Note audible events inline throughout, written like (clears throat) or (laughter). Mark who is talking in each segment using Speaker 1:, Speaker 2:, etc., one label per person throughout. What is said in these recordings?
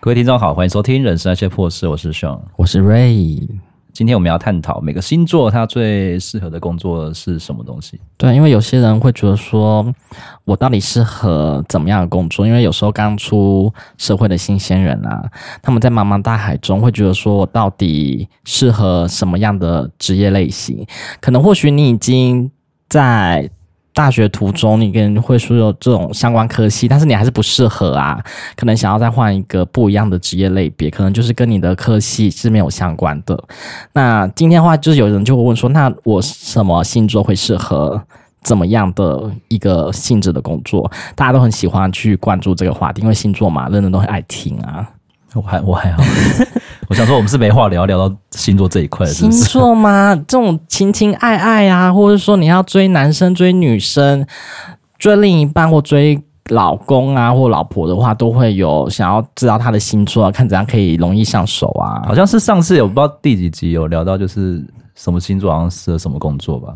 Speaker 1: 各位听众好，欢迎收听《人生那些破事》，我是 Sean。
Speaker 2: 我是 Ray。
Speaker 1: 今天我们要探讨每个星座它最适合的工作是什么东西。
Speaker 2: 对，因为有些人会觉得说，我到底适合怎么样的工作？因为有时候刚出社会的新鲜人啊，他们在茫茫大海中会觉得说，我到底适合什么样的职业类型？可能或许你已经在大学途中，你跟会说有这种相关科系，但是你还是不适合啊。可能想要再换一个不一样的职业类别，可能就是跟你的科系是没有相关的。那今天的话，就是有人就会问说，那我什么星座会适合怎么样的一个性质的工作？大家都很喜欢去关注这个话题，因为星座嘛，人人都很爱听啊。
Speaker 1: 我还我还好， (laughs) 我想说我们是没话聊，聊到星座这一块了，是
Speaker 2: 星
Speaker 1: 不是？
Speaker 2: 座嘛，这种情情爱爱啊，或者说你要追男生、追女生、追另一半或追老公啊或老婆的话，都会有想要知道他的星座，看怎样可以容易上手啊。
Speaker 1: 好像是上次有不知道第几集有聊到，就是什么星座好像适合什么工作吧，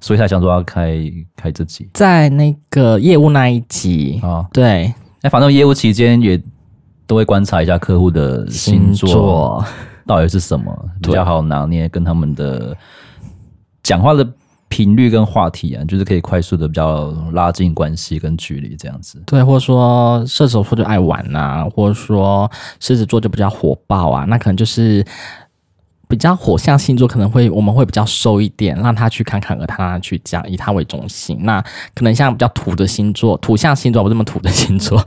Speaker 1: 所以才想说要开开这集
Speaker 2: 在那个业务那一集，
Speaker 1: 啊。
Speaker 2: 对
Speaker 1: 哎、反正业务期间也都会观察一下客户的星座到底是什么，比
Speaker 2: 对
Speaker 1: 较好拿捏跟他们的讲话的频率跟话题啊，就是可以快速的比较拉近关系跟距离这样子。
Speaker 2: 对，或者说射手座就爱玩呐、或者说狮子座就比较火爆啊，那可能就是比较火象星座，可能会我们会比较收一点，让他去侃侃而谈，让他去讲，以他为中心。那可能像比较土的星座，土象星座不是那么土的星座，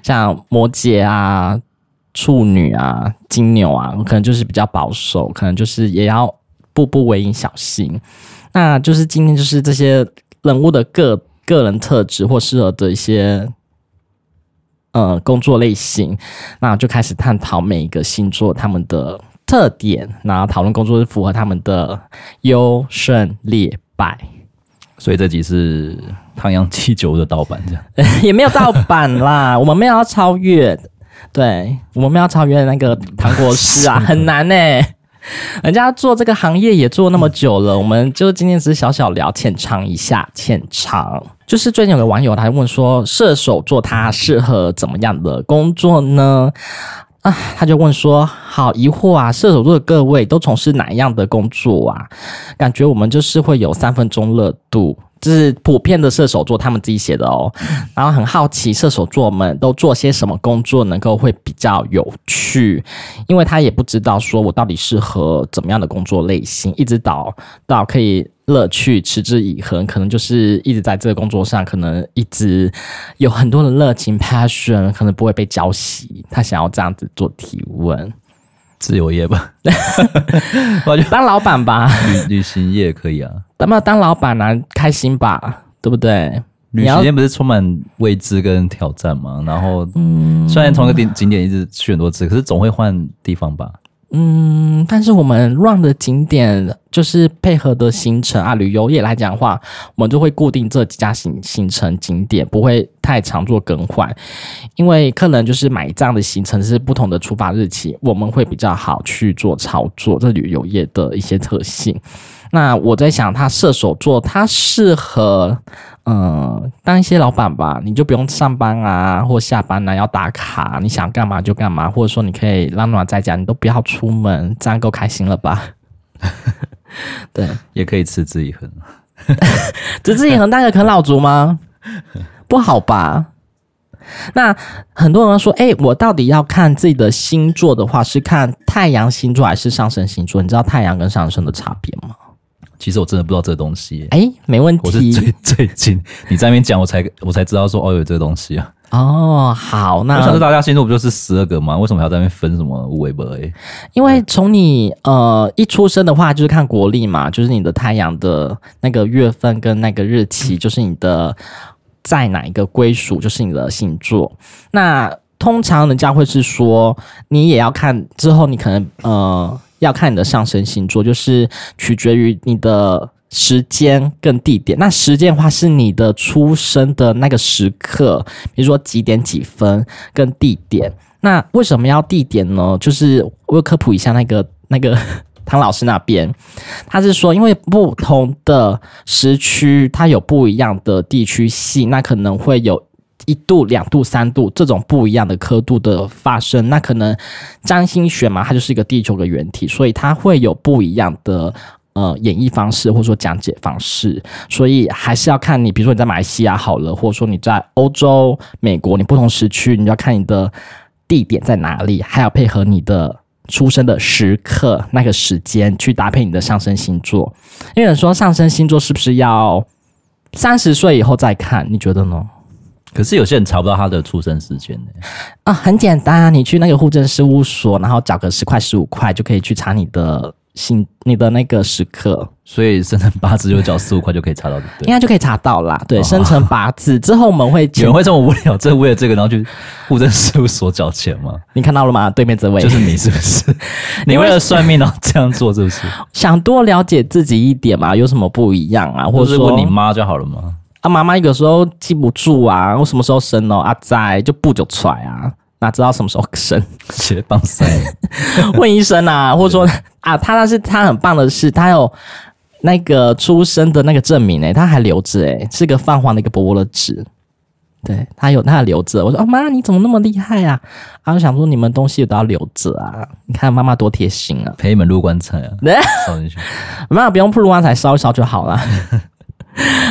Speaker 2: (laughs) 像摩羯啊、处女啊、金牛啊，可能就是比较保守，可能就是也要步步为营，小心。那就是今天就是这些人物的个个人特质或适合的一些呃工作类型，那就开始探讨每一个星座他们的特点，然后讨论工作是符合他们的优胜劣败，
Speaker 1: 所以这集是汤阳鸡酒的盗版这样。
Speaker 2: (laughs) 也没有盗版啦，我们没有要超越，对，我们没有要超越那个糖果师啊，很难呢、人家做这个行业也做那么久了，我们就今天只是小小聊浅尝一下，浅尝。就是最近有个网友他还问说，射手座他适合怎么样的工作呢？啊，他就问说，好疑惑啊，射手座的各位都从事哪样的工作啊？感觉我们就是会有三分钟热度，这是普遍的射手座他们自己写的哦。然后很好奇射手座们都做些什么工作能够会比较有趣，因为他也不知道说我到底适合怎么样的工作类型，一直到到可以乐趣持之以恒，可能就是一直在这个工作上，可能一直有很多的热情 passion，可能不会被浇熄。他想要这样子做提问，
Speaker 1: 自由业吧，
Speaker 2: (laughs) 当老板吧，
Speaker 1: (laughs) 旅旅行业也可以啊。
Speaker 2: 那么当老板啊，开心吧，对不对？
Speaker 1: 旅
Speaker 2: 你要
Speaker 1: 行业不是充满未知跟挑战嘛？然后，虽然同一个景景点一直去很多次，可是总会换地方吧？
Speaker 2: 嗯，但是我们 run 的景点就是配合的行程啊，旅游业来讲的话，我们就会固定这几家行行程景点，不会太常做更换，因为客人就是买这样的行程是不同的出发日期，我们会比较好去做操作，这旅游业的一些特性。那我在想，他射手座，他适合嗯当一些老板吧，你就不用上班啊或下班啊要打卡，你想干嘛就干嘛，或者说你可以让暖在家，你都不要出门，这样够开心了吧？ (laughs) 对，
Speaker 1: 也可以持之以恒。
Speaker 2: 只是也很大个啃老族吗？不好吧？那很多人说，哎、我到底要看自己的星座的话，是看太阳星座还是上升星座？你知道太阳跟上升的差别吗？
Speaker 1: 其实我真的不知道这个东西耶、
Speaker 2: 哎、没问
Speaker 1: 我是
Speaker 2: 题
Speaker 1: 最最近你在那边讲，我才我才知道说哦有这个东西啊。
Speaker 2: 哦。好，那
Speaker 1: 我想说大家星座不就是十二个吗？为什么还要在那边分什么五维伯？哎，
Speaker 2: 因为从你呃一出生的话，就是看国历嘛，就是你的太阳的那个月份跟那个日期，就是你的在哪一个归属，就是你的星座。那通常人家会是说，你也要看之后，你可能呃要看你的上升星座，就是取决于你的时间跟地点。那时间的话是你的出生的那个时刻，比如说几点几分跟地点。那为什么要地点呢？就是我有科普一下那个那个 (laughs) 唐老师那边，他是说，因为不同的时区，它有不一样的地区系，那可能会有。一度、两度、三度这种不一样的刻度的发生，那可能占星学嘛，它就是一个地球的原体，所以它会有不一样的。呃，演绎方式或者说讲解方式，所以还是要看你，比如说你在马来西亚好了，或者说你在欧洲、美国，你不同时区，你要看你的地点在哪里，还要配合你的出生的时刻那个时间去搭配你的上升星座。因为有人说上升星座是不是要三十岁以后再看？你觉得呢？
Speaker 1: 可是有些人查不到他的出生时间呢、
Speaker 2: 啊，很简单啊，你去那个户政事务所，然后找个十块十五块就可以去查你的星、你的那个时刻，
Speaker 1: 所以生辰八字就只要四五块就可以查到，对不
Speaker 2: 应 (laughs)
Speaker 1: 对？
Speaker 2: 该就可以查到啦。对，
Speaker 1: 哦
Speaker 2: 生辰八字之后我们会
Speaker 1: 有
Speaker 2: 请
Speaker 1: 人会这么无聊，这为了这个然后去户政事务所缴钱
Speaker 2: (laughs)
Speaker 1: 吗？
Speaker 2: 你看到了吗？对面这位，
Speaker 1: 就是你是不
Speaker 2: (laughs)
Speaker 1: 是？你为了算命然后这样做是不是？
Speaker 2: 想多了解自己一点嘛，有什么不一样啊？
Speaker 1: 或
Speaker 2: 或者
Speaker 1: 是
Speaker 2: 说
Speaker 1: 问你妈就好了吗？
Speaker 2: 啊，妈妈有时候记不住啊，我什么时候生哦？啊，在就不久出来啊，哪知道什么时候生？
Speaker 1: 斜棒
Speaker 2: (laughs)
Speaker 1: 塞，
Speaker 2: 问医生啊，或者说啊，他那是他很棒的是，他有那个出生的那个证明诶、欸他还留着诶、是个泛黄的一个薄薄的纸。对他有，他还留着。我说：“哦，妈，你怎么那么厉害啊？”啊，我想说你们东西都要留着啊，你看妈妈多贴心啊。
Speaker 1: 陪你们入棺材
Speaker 2: (laughs)
Speaker 1: 啊
Speaker 2: 对，
Speaker 1: 烧进去。
Speaker 2: 没有，不用铺路旺啊才烧一烧就好了。 (laughs)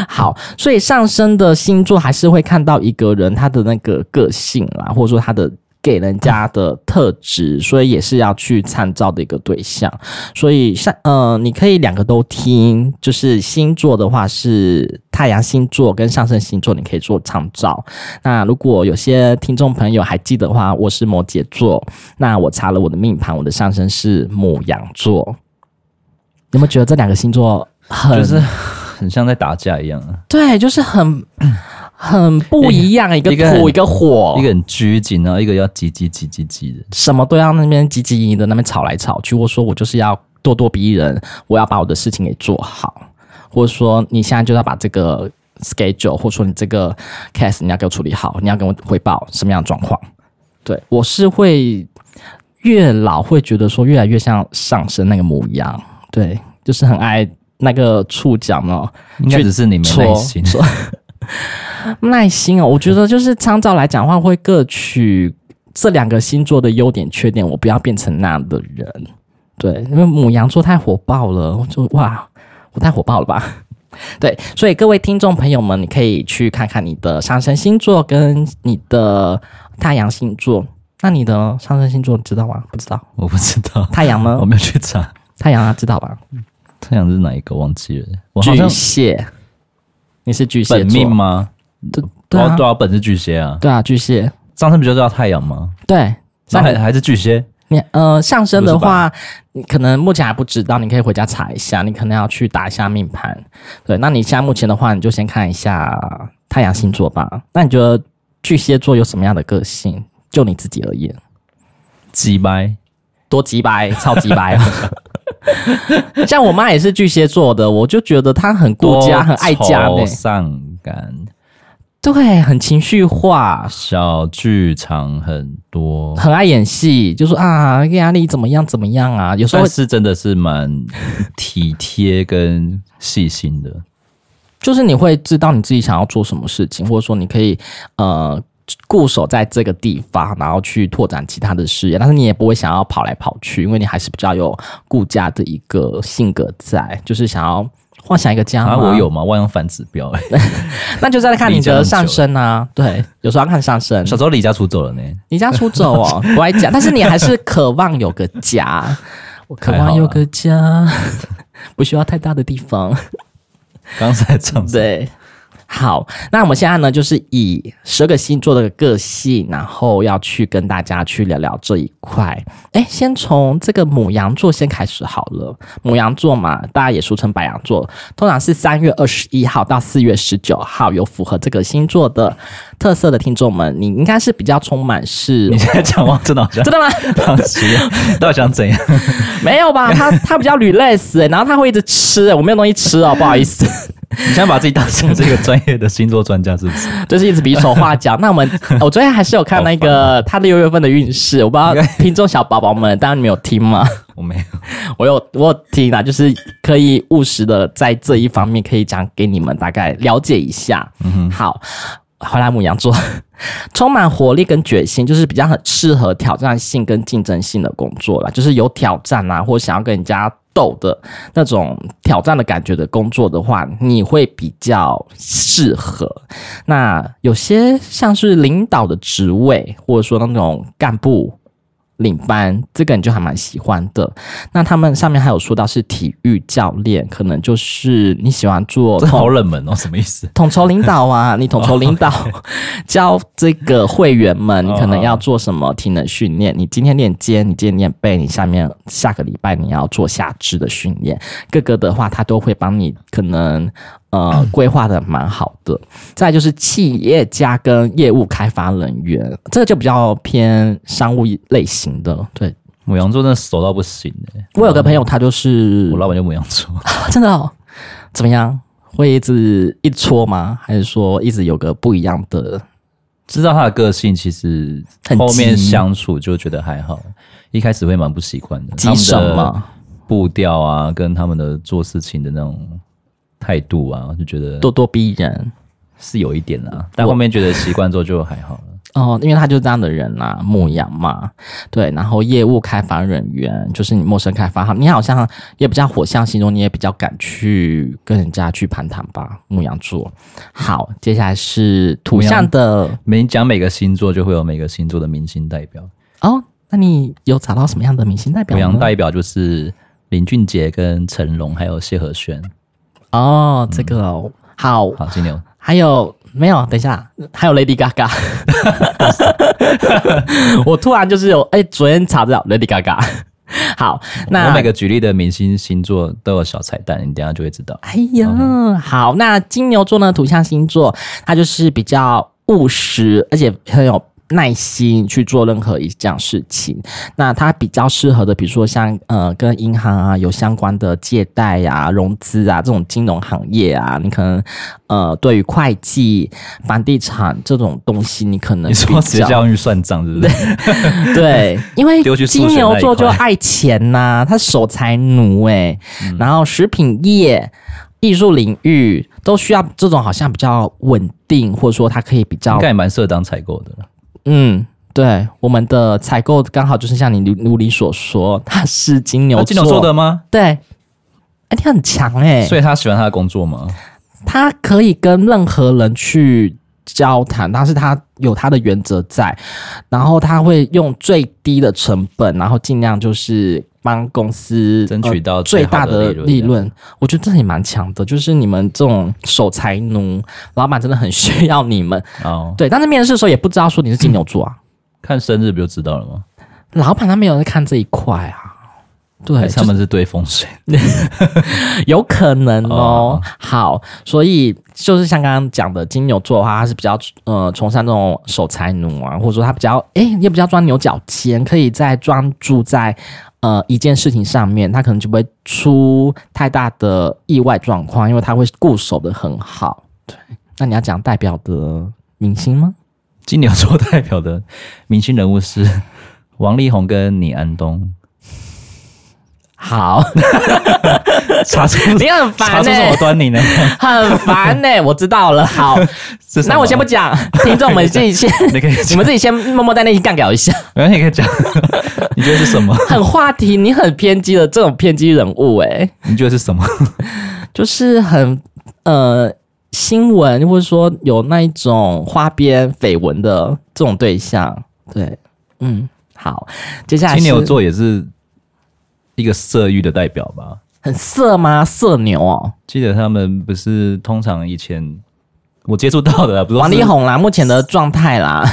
Speaker 2: 好，所以上升的星座还是会看到一个人他的那个个性啦，或者说他的给人家的特质，所以也是要去参照的一个对象。所以像呃，你可以两个都听，就是星座的话是太阳星座跟上升星座，你可以做参照。那如果有些听众朋友还记得的话，我是摩羯座，那我查了我的命盘，我的上升是母羊座。你有没有觉得这两个星座很
Speaker 1: 就是很像在打架一样啊，
Speaker 2: 对，就
Speaker 1: (clears throat)
Speaker 2: 是很很不一样，一个
Speaker 1: 一个
Speaker 2: 土
Speaker 1: 很
Speaker 2: 一个火，
Speaker 1: 一个很拘谨，啊然后一个要挤挤挤挤挤的。
Speaker 2: 什么都要那边唧唧嘤嘤的那边吵来吵去，或说我就是要咄咄逼人，我要把我的事情给做好，或者说你现在就要把这个 schedule，或者说你这个 case 你要给我处理好，你要跟我汇报什么样的状况。对我是会越老会觉得说越来越像上升那个模样，对，就是很爱那个触角嘛，
Speaker 1: 应该只是你没耐心，
Speaker 2: 耐心哦，我觉得就是参照来讲的话，会各取这两个星座的优点、缺点，我不要变成那样的人。对，因为母羊座太火爆了，我就哇，我太火爆了吧？ (laughs) 对，所以各位听众朋友们，你可以去看看你的上升星座跟你的太阳星座。那你的上升星座你知道吗？不知道。
Speaker 1: (laughs) 我不知道，
Speaker 2: 太阳
Speaker 1: (laughs)
Speaker 2: 呢
Speaker 1: 我？没有去查。
Speaker 2: 太阳啊，知道吧？
Speaker 1: 太阳是哪一个忘记了？我好
Speaker 2: 巨
Speaker 1: 像
Speaker 2: 蟹，你是巨蟹
Speaker 1: 本命
Speaker 2: 座，
Speaker 1: 吗？
Speaker 2: 对对啊
Speaker 1: 哦，对啊，我本是巨蟹啊。
Speaker 2: 对啊，巨蟹，
Speaker 1: 上升不就叫太阳吗？
Speaker 2: 对。
Speaker 1: 那
Speaker 2: 那你
Speaker 1: 还还是巨蟹？
Speaker 2: 你呃上升的话，你可能目前还不知道，你可以回家查一下，你可能要去打一下命盘。对，那你现在目前的话，你就先看一下太阳星座吧。那你觉得巨蟹座有什么样的个性？就你自己而言，
Speaker 1: 鸡掰，
Speaker 2: 多鸡掰，超鸡
Speaker 1: (laughs)
Speaker 2: 掰哦。像我妈也是巨蟹座的，我就觉得她很顾家，很爱家呢
Speaker 1: 多愁。善感，
Speaker 2: 对，很情绪化，
Speaker 1: 小剧场很
Speaker 2: (laughs)
Speaker 1: 多。
Speaker 2: 很爱演戏，就说啊压力怎么样怎么样啊，有时候
Speaker 1: 算是真的是蛮体贴跟细心的，
Speaker 2: 就是你会知道你自己想要做什么事情，或者说你可以呃固守在这个地方，然后去拓展其他的事业，但是你也不会想要跑来跑去，因为你还是比较有顾家的一个性格在，就是想要幻想一个家嘛。 (laughs)
Speaker 1: 啊，我，有吗？万用反指标、欸。
Speaker 2: 那就再看你的上升啊， (laughs) 对，有时候要看上升。
Speaker 1: 小
Speaker 2: (laughs)
Speaker 1: 时候离家出走了呢，
Speaker 2: 离家出走哦，不爱家，但是你还是渴望有个家， (laughs) 我渴望有个家， (laughs) 不需要太大的地方。
Speaker 1: 刚才唱的
Speaker 2: 对，好，那我们现在呢，就是以十二个星座的个性，然后要去跟大家去聊聊这一块。哎，先从这个母羊座先开始好了。母羊座嘛，大家也俗称白羊座，通常是三月二十一号到四月十九号，有符合这个星座的特色的听众们，你应该是比较充满是
Speaker 1: 你。现在讲话真的好像
Speaker 2: 真的吗？ (laughs)
Speaker 1: 唐奇，到底想怎样？
Speaker 2: 没有吧？他他比较 relax，、欸、然后他会一直吃、欸，我没有东西吃哦，不好意思。
Speaker 1: 你现在把自己当成这个专业的星座专家是不是？
Speaker 2: 就是一直比手画脚。那我们，哦我昨天还是有看那个他六月份的运势，我不知道听众小宝宝们，当然你们有听吗？ (laughs)
Speaker 1: 我没有，
Speaker 2: 我有，我有听啦，就是可以务实的在这一方面可以讲给你们大概了解一下。嗯好，怀来母羊座 (laughs) 充满活力跟决心，就是比较很适合挑战性跟竞争性的工作啦，就是有挑战啊，或想要跟人家斗的那种挑战的感觉的工作的话，你会比较适合。那有些像是领导的职位，或者说那种干部。领班这个你就还蛮喜欢的，那他们上面还有说到是体育教练，可能就是你喜欢做
Speaker 1: 这好冷 (laughs) 门哦，什么意思？
Speaker 2: 统筹领导啊，你统筹领导
Speaker 1: 哦
Speaker 2: (laughs) 教这个会员们，你可能要做什么体能训练？你今天练肩，你今天练背，你下面下个礼拜你要做下肢的训练，各个的话他都会帮你可能
Speaker 1: (coughs)
Speaker 2: 呃规划的蛮好的。再来就是企业家跟业务开发人员，这个就比较偏商务类型的。对
Speaker 1: 母羊座真的熟到不行哎、
Speaker 2: 我有个朋友，他就是
Speaker 1: 我老板就母羊座，
Speaker 2: 真的、哦？怎么样？会一直一戳吗？还是说一直有个不一样的？
Speaker 1: 知道他的个性，其实
Speaker 2: 很
Speaker 1: 后面
Speaker 2: 急
Speaker 1: 相处就觉得还好，一开始会蛮不习惯的。
Speaker 2: 急什
Speaker 1: 他们的
Speaker 2: 么？
Speaker 1: 步调啊，跟他们的做事情的那种态度啊，就觉得
Speaker 2: 咄咄逼人
Speaker 1: 是有一点啦。但后面觉得习惯之后就还好了。
Speaker 2: 哦，因为他就是这样的人啦、牧羊嘛，对，然后业务开发人员就是你陌生开发，你好像也比较火象星座，你也比较敢去跟人家去攀谈吧，牧羊座。好，接下来是土象的
Speaker 1: 每讲每个星座就会有每个星座的明星代表，
Speaker 2: 哦，那你有找到什么样的明星代表
Speaker 1: 母
Speaker 2: 呢？
Speaker 1: 羊代表就是林俊杰、跟成龙还有谢和弦。
Speaker 2: 哦，这个哦，好，
Speaker 1: 好，金牛，
Speaker 2: 还有没有？等一下，还有 Lady Gaga。我突然就是有哎、昨天查资料 Lady Gaga。好，那
Speaker 1: 我每个举例的明星星座都有小彩蛋，你等一下就会知道。
Speaker 2: 哎呀好，那金牛座呢？土象星座，它就是比较务实，而且很有耐心去做任何一件事情。那它比较适合的，比如说像呃，跟银行啊有相关的借贷呀、融资啊这种金融行业啊，你可能呃，对于会计、房地产这种东西，你可能
Speaker 1: 你说
Speaker 2: 比
Speaker 1: 直接
Speaker 2: 较
Speaker 1: 教育算账是不是？
Speaker 2: (laughs) 对，因为
Speaker 1: 丢去数学
Speaker 2: 金牛座
Speaker 1: 那一块嗯
Speaker 2: 就爱钱呐、 (laughs) 他守财奴哎、然后食品业、艺术领域都需要这种好像比较稳定，或者说他可以比较
Speaker 1: 应该也蛮适合当采购的啦。
Speaker 2: 嗯。对，我们的采购刚好就是像你如如你所说，他是金牛
Speaker 1: 那
Speaker 2: 座，
Speaker 1: 啊金牛座的吗？
Speaker 2: 对，哎、你很强哎、
Speaker 1: 所以他喜欢他的工作吗？
Speaker 2: 他可以跟任何人去交谈，但是他有他的原则在，然后他会用最低的成本，然后尽量就是帮公司
Speaker 1: 争取到
Speaker 2: 呃最大
Speaker 1: 最好的利
Speaker 2: 的
Speaker 1: 润
Speaker 2: 利润。我觉得这也蛮强的，就是你们这种守财奴，老板真的很需要你们。
Speaker 1: 哦，
Speaker 2: 对，但是面试的时候也不知道说你是金牛座啊，
Speaker 1: 看生日不就知道了吗？
Speaker 2: 老板他没有在看这一块啊。对，
Speaker 1: 还是他们是对风水， (laughs)
Speaker 2: 有可能哦
Speaker 1: 哦。
Speaker 2: 好，所以就是像刚刚讲的，金牛座的话，他是比较呃崇尚那种守财奴啊，或者说他比较诶、也比较钻牛角尖，可以在专注在呃一件事情上面，他可能就不会出太大的意外状况，因为他会固守的很好。对，那你要讲代表的明星吗？
Speaker 1: 金牛座代表的明星人物是
Speaker 2: (laughs)
Speaker 1: 王力宏跟倪安东，
Speaker 2: 好，
Speaker 1: 查出
Speaker 2: (laughs) 你很
Speaker 1: 查
Speaker 2: 烦欸
Speaker 1: 出
Speaker 2: 呢、
Speaker 1: 什么端
Speaker 2: (laughs)
Speaker 1: 倪呢？
Speaker 2: 很烦呢、我知道了。好，
Speaker 1: (laughs) 是什么
Speaker 2: 那我先不，讲，听众们自己先，
Speaker 1: (laughs) 你可以
Speaker 2: 你们自己先默默在内心干搞一下。
Speaker 1: 没关系，你可以讲，
Speaker 2: (laughs)
Speaker 1: 你觉得是什么？
Speaker 2: 很话题，你很偏激的这种偏激人物、欸，
Speaker 1: 你觉得是什么？
Speaker 2: 就是很呃新闻，或者说有那一种花边绯闻的这种对象，对，嗯，好，接下来是
Speaker 1: 金牛座也是一个色欲的代表吧？
Speaker 2: 很色吗？色牛哦，
Speaker 1: 记得他们不是通常以前我接触到的啊啦，不是
Speaker 2: 王力，宏啦，目前的状态啦，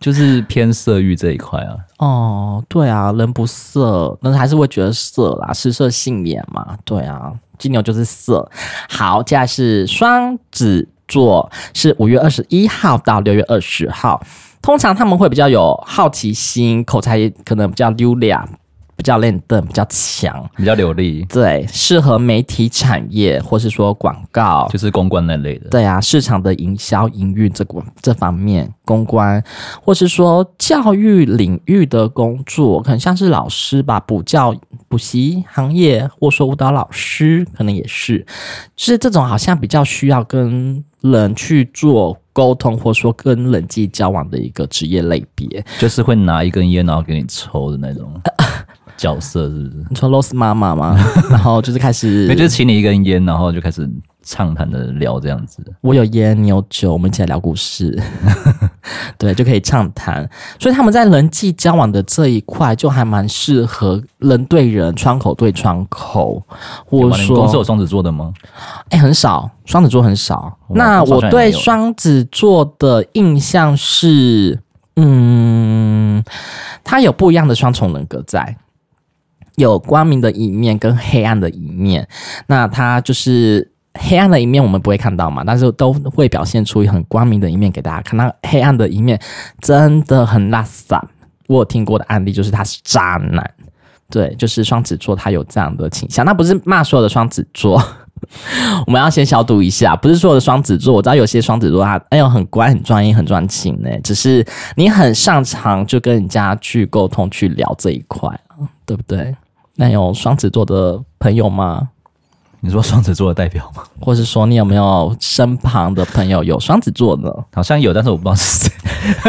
Speaker 1: 就是偏色欲这一块啊。
Speaker 2: 哦，对啊，人不色，但是还是会觉得色啦，食色性也嘛，对啊，金牛就是色。好，接下来是双子座，是五月二十一号到六月二十号，通常他们会比较有好奇心，口才也可能比较溜俩，比较练钝，比较强，
Speaker 1: 比较流利，
Speaker 2: 对，适合媒体产业或是说广告，
Speaker 1: 就是公关那类的。
Speaker 2: 对啊，市场的营销、营运这个这方面，公关，或是说教育领域的工作，可能像是老师吧，补教、补习行业，或说舞蹈老师，可能也是，就是这种好像比较需要跟人去做沟通，或者说跟人际交往的一个职业类别。
Speaker 1: 就是会拿一根烟然后给你抽的那
Speaker 2: (laughs)
Speaker 1: 种角色，是不是？
Speaker 2: 你说 Lost 妈妈
Speaker 1: (laughs)
Speaker 2: 吗？然后就是开始
Speaker 1: 也，就是请你一根烟，然后就开始畅谈的聊这样子。
Speaker 2: 我有烟，你有酒，我们一起来聊故事， (laughs) 对，就可以畅谈。所以他们在人际交往的这一块，就还蛮适合人对人、窗口对窗口，或
Speaker 1: 我
Speaker 2: 者
Speaker 1: 们
Speaker 2: 说
Speaker 1: 公司有双子座的吗？
Speaker 2: 哎、很少，双子座很少。
Speaker 1: 我
Speaker 2: 那
Speaker 1: 好像
Speaker 2: 我
Speaker 1: 也
Speaker 2: 对
Speaker 1: 没有
Speaker 2: 双子座的印象是，嗯，他有不一样的双重人格在，有光明的一面跟黑暗的一面。那他就是。黑暗的一面我们不会看到嘛，但是都会表现出很光明的一面给大家看。那黑暗的一面真的很拉萨，我有听过的案例就是他是渣男，对，就是双子座他有这样的倾向。那不是骂所有的双子座，我们要先消毒一下，不是所有的双子座，我知道有些双子座他哎呦很乖、很专一、很专情呢、只是你很擅长就跟人家去沟通、去聊这一块啊，对不对？那有双子座的朋友吗？
Speaker 1: 你说双子座的代表
Speaker 2: (laughs)
Speaker 1: 吗？
Speaker 2: 或是说你有没有身旁的朋友有双子座的？
Speaker 1: 好像有，但是我不知道是谁。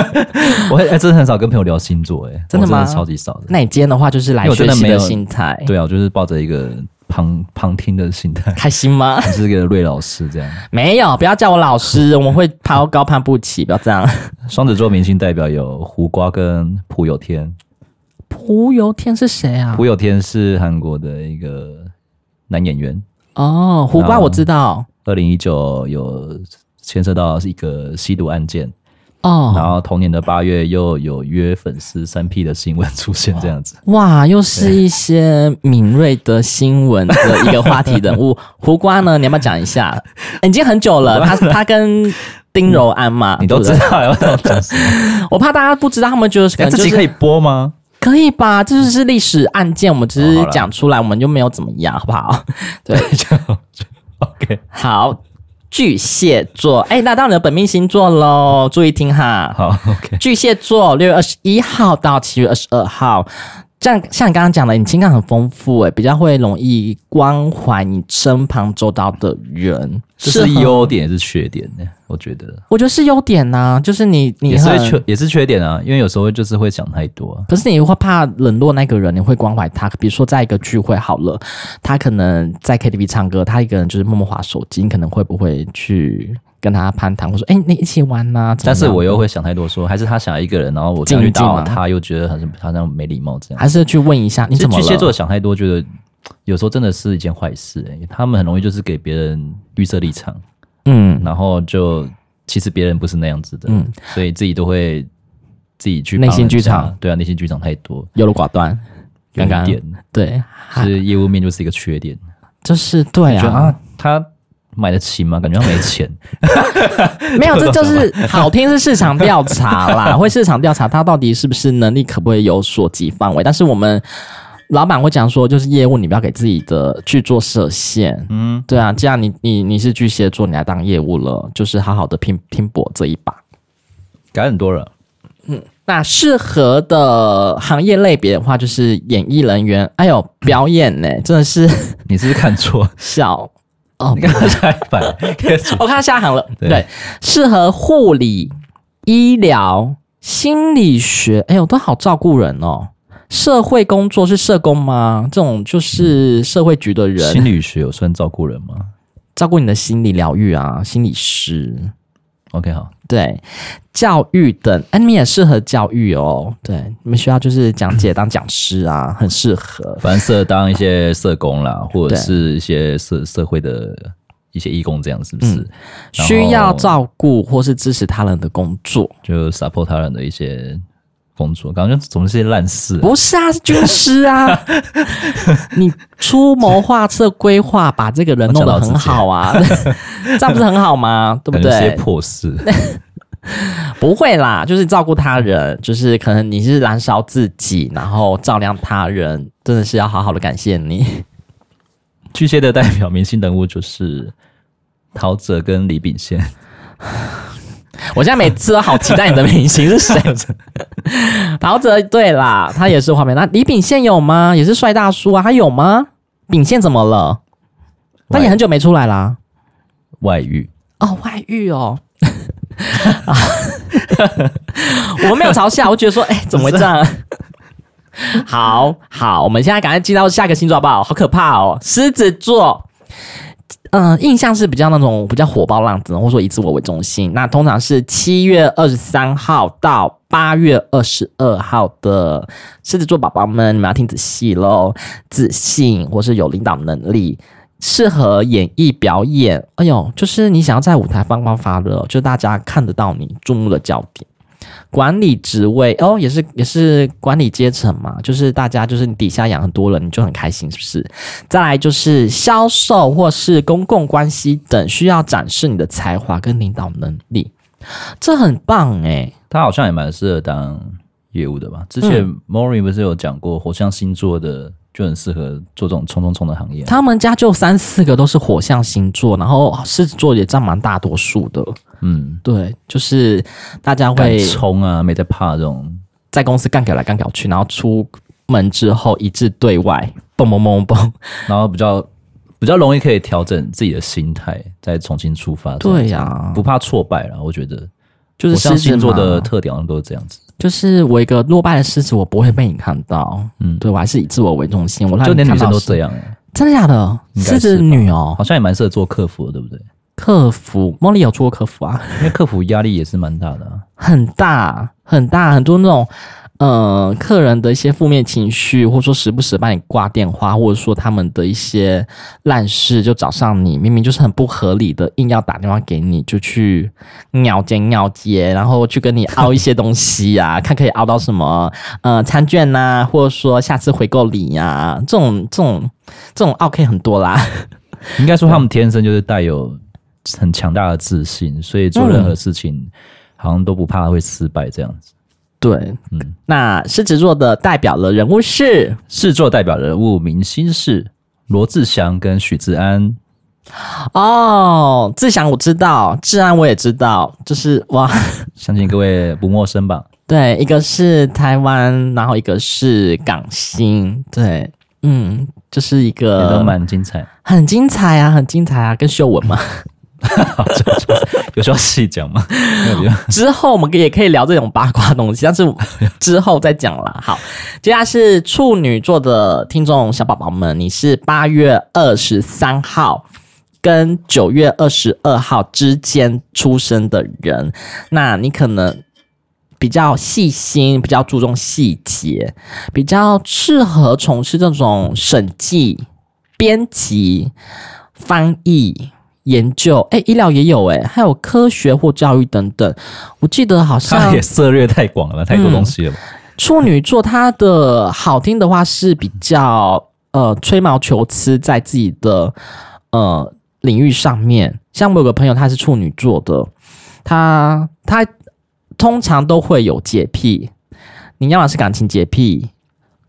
Speaker 1: (laughs) 我哎、真的很少跟朋友聊星座、哎，
Speaker 2: 真的吗
Speaker 1: 我超级少的。
Speaker 2: 那你哎今天的话就是来
Speaker 1: 因为我
Speaker 2: 学
Speaker 1: 真的
Speaker 2: 习
Speaker 1: 没
Speaker 2: 的
Speaker 1: 有
Speaker 2: 心态，
Speaker 1: 对啊，我就是抱着一个旁旁听的心态， (laughs)
Speaker 2: 开心吗？
Speaker 1: 你是个瑞老师这样。
Speaker 2: 没有，不要叫我老师，我们会攀高攀不起，不要这样。
Speaker 1: 双子座明星代表有胡瓜跟朴有天，
Speaker 2: 蒲游天是谁啊？
Speaker 1: 朴有天是韩国的一个男演员，
Speaker 2: 哦，胡瓜我知道。
Speaker 1: 二零一九有牵涉到是一个吸毒案件，
Speaker 2: 哦，
Speaker 1: 然后同年的八月又有约粉丝三 P 的新闻出现，这样子。
Speaker 2: 哇，又是一些敏锐的新闻的一个话题人
Speaker 1: (laughs)
Speaker 2: 物。胡瓜呢，你要不要讲一下？欸已经很久了，他他跟丁柔安嘛，
Speaker 1: 嗯你都
Speaker 2: 对不
Speaker 1: 知
Speaker 2: 对
Speaker 1: 道要
Speaker 2: (laughs)
Speaker 1: 讲什么？
Speaker 2: 我怕大家不知道，他们觉得可
Speaker 1: 哎
Speaker 2: 能
Speaker 1: 这
Speaker 2: 哎就
Speaker 1: 集
Speaker 2: 是
Speaker 1: 可以播
Speaker 2: (laughs)
Speaker 1: 吗？
Speaker 2: 可以吧？这就是历史案件，我们只
Speaker 1: 哦
Speaker 2: 是
Speaker 1: 好啦
Speaker 2: 讲出来，我们就没有怎么样，好不好？ (laughs) 对，
Speaker 1: OK，
Speaker 2: 好，巨蟹座，哎、那到你的本命星座喽，注意听哈。
Speaker 1: 好，OK，
Speaker 2: 巨蟹座六月二十一号到七月二十二号，这样像你刚刚讲的，你情感很丰富、诶，比较会容易关怀你身旁周到的人，
Speaker 1: 这
Speaker 2: 适
Speaker 1: 是
Speaker 2: 合。
Speaker 1: 优点也是缺点呢，我觉得
Speaker 2: 我觉得是优点呐、就是你你
Speaker 1: 也是会
Speaker 2: 很，
Speaker 1: 缺也是缺点啊，因为有时候就是会想太多啊。
Speaker 2: 可是你会怕冷落那个人，你会关怀他。比如说在一个聚会好了，他可能在 KTV 唱歌，他一个人就是默默划手机，你可能会不会去跟他攀谈，或说哎、诶你一起玩呐、怎么
Speaker 1: 但是
Speaker 2: 样
Speaker 1: 我又会想太多说还是他想一个人，然后我这样去打扰他，又觉得好像好像没礼貌这样。
Speaker 2: 还是去问一下你
Speaker 1: 其实
Speaker 2: 怎么
Speaker 1: 巨蟹
Speaker 2: 了？
Speaker 1: 座想太多，觉得有时候真的是一件坏事、欸，他们很容易就是给别人预设立场，
Speaker 2: 嗯，
Speaker 1: 然后就其实别人不是那样子的，
Speaker 2: 嗯
Speaker 1: 所以自己都会自己去
Speaker 2: 内
Speaker 1: 帮
Speaker 2: 心
Speaker 1: 人
Speaker 2: 剧
Speaker 1: 家
Speaker 2: 场，
Speaker 1: 对啊，内心剧场太多，
Speaker 2: 优柔寡断，刚
Speaker 1: 有一
Speaker 2: 刚
Speaker 1: 点
Speaker 2: 对，
Speaker 1: 是业务面就是一个缺点，
Speaker 2: 就是对
Speaker 1: 觉得
Speaker 2: 啊，
Speaker 1: 啊他买得起吗？感觉他没钱，
Speaker 2: (laughs)
Speaker 1: (laughs)
Speaker 2: 没有，这就是好听是市场调查啦， (laughs) 会市场调查他到底是不是能力可不可以有所及范围，但是我们。老板会讲说，就是业务，你不要给自己的去做设限。嗯，对啊，既然你你你是巨蟹座，你来当业务了，就是好好的拼拼搏这一把。
Speaker 1: 改很多了。
Speaker 2: 那适合的行业类别的话，就是演艺人员。哎呦，表演呢、真的是
Speaker 1: 你是不是看 (laughs) 错？
Speaker 2: 笑哦
Speaker 1: 你，看他下一版，开始
Speaker 2: 我看哦到下行了，
Speaker 1: 对
Speaker 2: 对，适合护理、医疗、心理学，哎呦，都好照顾人哦。社会工作是社工吗？这种就是社会局的
Speaker 1: 嗯
Speaker 2: 人，
Speaker 1: 心理学有算照顾人吗
Speaker 2: 照顾你的心理疗愈啊，心理师。
Speaker 1: ？OK，好，
Speaker 2: 对，教育等，哎、你们也适合教育哦。对，你们需要就是讲解当讲师啊，很适合。
Speaker 1: 反正适合当一些社工啦，或者
Speaker 2: 对
Speaker 1: 是一些社社会的一些义工，这样是不是？然后
Speaker 2: 嗯需要照顾或是支持他人的工作，
Speaker 1: 就 support 他人的一些工作，感觉总是一些烂事啊、
Speaker 2: 不是啊，是军师
Speaker 1: (laughs)
Speaker 2: 啊！你出谋划策、规划，把这个人弄得很好啊，这样不是很
Speaker 1: (laughs)
Speaker 2: 好吗？对不
Speaker 1: 感觉是一些
Speaker 2: 对？ (laughs)
Speaker 1: 破事。
Speaker 2: 不会啦，就是照顾他人，就是可能你是燃烧自己，然后照亮他人，真的是要好好的感谢你。
Speaker 1: 巨蟹的代表明星人物就是陶喆跟李秉宪，
Speaker 2: 我现在每次都好期待你的明星是谁。 (laughs) 陶喆对啦，他也是画面。那李秉宪有吗？也是帅大叔啊，他有吗？秉宪怎么了？他也很久没出来啦。
Speaker 1: 外遇
Speaker 2: 哦，外遇哦。 (laughs) 啊我没有嘲笑，我觉得说，哎、怎么会这样？ (laughs) 好好，我们现在赶快进到下个星座好不好？好可怕哦，狮子座。嗯、印象是比较那种比较火爆浪子，或者说以自我为中心。那通常是七月二十三号到八月二十二号的狮子座宝宝们，你们要听仔细喽，自信或是有领导能力。适合演艺表演，哎呦，就是你想要在舞台发光发热，哦就大家看得到你注目的焦点。管理职位哦，也是也是管理阶层嘛，就是大家就是你底下养很多人，你就很开心，是不是？再来就是销售或是公共关系等，需要展示你的才华跟领导能力，这很棒诶、欸
Speaker 1: 他好像也蛮适合当业务的吧？之前
Speaker 2: 嗯
Speaker 1: Mori 不是有讲过，火象星座的就很适合做这种冲冲冲的行业。
Speaker 2: 他们家就三四个都是火象星座，然后狮子座也占蛮大多数的。
Speaker 1: 嗯，
Speaker 2: 对，就是大家
Speaker 1: 敢
Speaker 2: 会
Speaker 1: 冲啊，没在怕这种。
Speaker 2: 在公司干搞来干搞去，然后出门之后一致对外，蹦蹦蹦蹦。
Speaker 1: 然后比较比较容易可以调整自己的心态，再重新出发。
Speaker 2: 对呀、
Speaker 1: 不怕挫败了。我觉得
Speaker 2: 就是
Speaker 1: 我像
Speaker 2: 狮子
Speaker 1: 星座
Speaker 2: 嘛
Speaker 1: 的，特点好像都是这样子，
Speaker 2: 就是我一个落败的狮子，我不会被你看到。嗯，
Speaker 1: 嗯
Speaker 2: 对我还是以自我为中心，我让
Speaker 1: 就连
Speaker 2: 你
Speaker 1: 女
Speaker 2: 看到
Speaker 1: 生都
Speaker 2: 是
Speaker 1: 这，样，
Speaker 2: 真的假的？
Speaker 1: 应该
Speaker 2: 狮子
Speaker 1: 是吧
Speaker 2: 女哦，
Speaker 1: 好像也蛮适合做客服的，对不对？
Speaker 2: 客服，茉莉有做过客服啊，
Speaker 1: 因为客服压力也是蛮大的、啊。
Speaker 2: 很大很大，很多那种。呃，客人的一些负面情绪，或者说时不时把你挂电话，或者说他们的一些烂事就找上你，明明就是很不合理的，硬要打电话给你，就去尿尖尿接，然后去跟你凹一些东西呀、 (laughs) 看可以凹到什么，呃，餐券呐、或者说下次回购礼呀、这种这种这种 OK 很多啦。
Speaker 1: 应该说他们天生就是带有很强大的自信，所以做任何事情好像都不怕会失败这样子。
Speaker 2: 对，
Speaker 1: 嗯
Speaker 2: 那狮子座的代表的人物是
Speaker 1: 视作代表人物明星是罗志祥跟许志安，
Speaker 2: 哦，志祥我知道，志安我也知道，就是哇， (laughs)
Speaker 1: 相信各位不陌生吧？
Speaker 2: 对，一个是台湾，然后一个是港星，对，嗯，就是一
Speaker 1: 也都
Speaker 2: 个
Speaker 1: 蛮精彩，
Speaker 2: 很精彩啊，很精彩啊，跟
Speaker 1: (laughs)
Speaker 2: 秀文嘛。
Speaker 1: 有需要细讲吗？没有必要
Speaker 2: 之后我们也可以聊这种八卦东西，但是之后再讲啦。好，接下来是处女座的听众小宝宝们，你是八月二十三号。跟九月二十二号之间出生的人，那你可能比较细心，比较注重细节，比较适合从事这种审计、编辑、翻译、研究。哎、医疗也有哎、还有科学或教育等等。我记得好
Speaker 1: (laughs) 他
Speaker 2: 像
Speaker 1: 也涉猎太广了，太多东西了吧。
Speaker 2: 嗯处女座，它的好听的话是比较呃吹毛求疵，在自己的呃领域上面。像我有个朋友，他是处女座的，他他通常都会有洁癖，你要么是感情洁癖，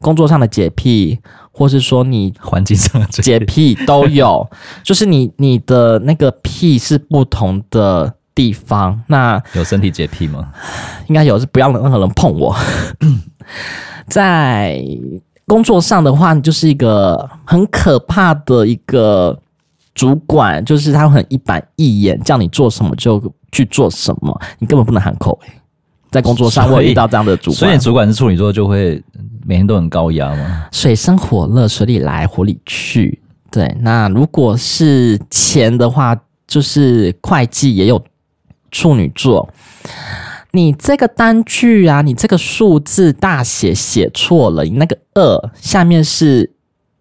Speaker 2: 工作上的洁癖，或是说你
Speaker 1: 环境上的这
Speaker 2: 洁癖都有， (laughs) 就是你你的那个癖是不同的地方。那
Speaker 1: 有身体洁癖吗？
Speaker 2: 应该有是不要让任何人
Speaker 1: (laughs)
Speaker 2: 碰我。在工作上的话，你就是一个很可怕的一个主管，就是他会很一板一眼，叫你做什么就去做什么，你根本不能喊口、欸。在工作上，
Speaker 1: 所以
Speaker 2: 我有遇到这样的主
Speaker 1: 所以
Speaker 2: 管
Speaker 1: 你，主管是处女座，就会每天都很高压吗？
Speaker 2: 水深火热，水里来，火里去。对，那如果是钱的话，就是会计也有处女座。你这个单据啊，你这个数字大写写错了，你那个二下面是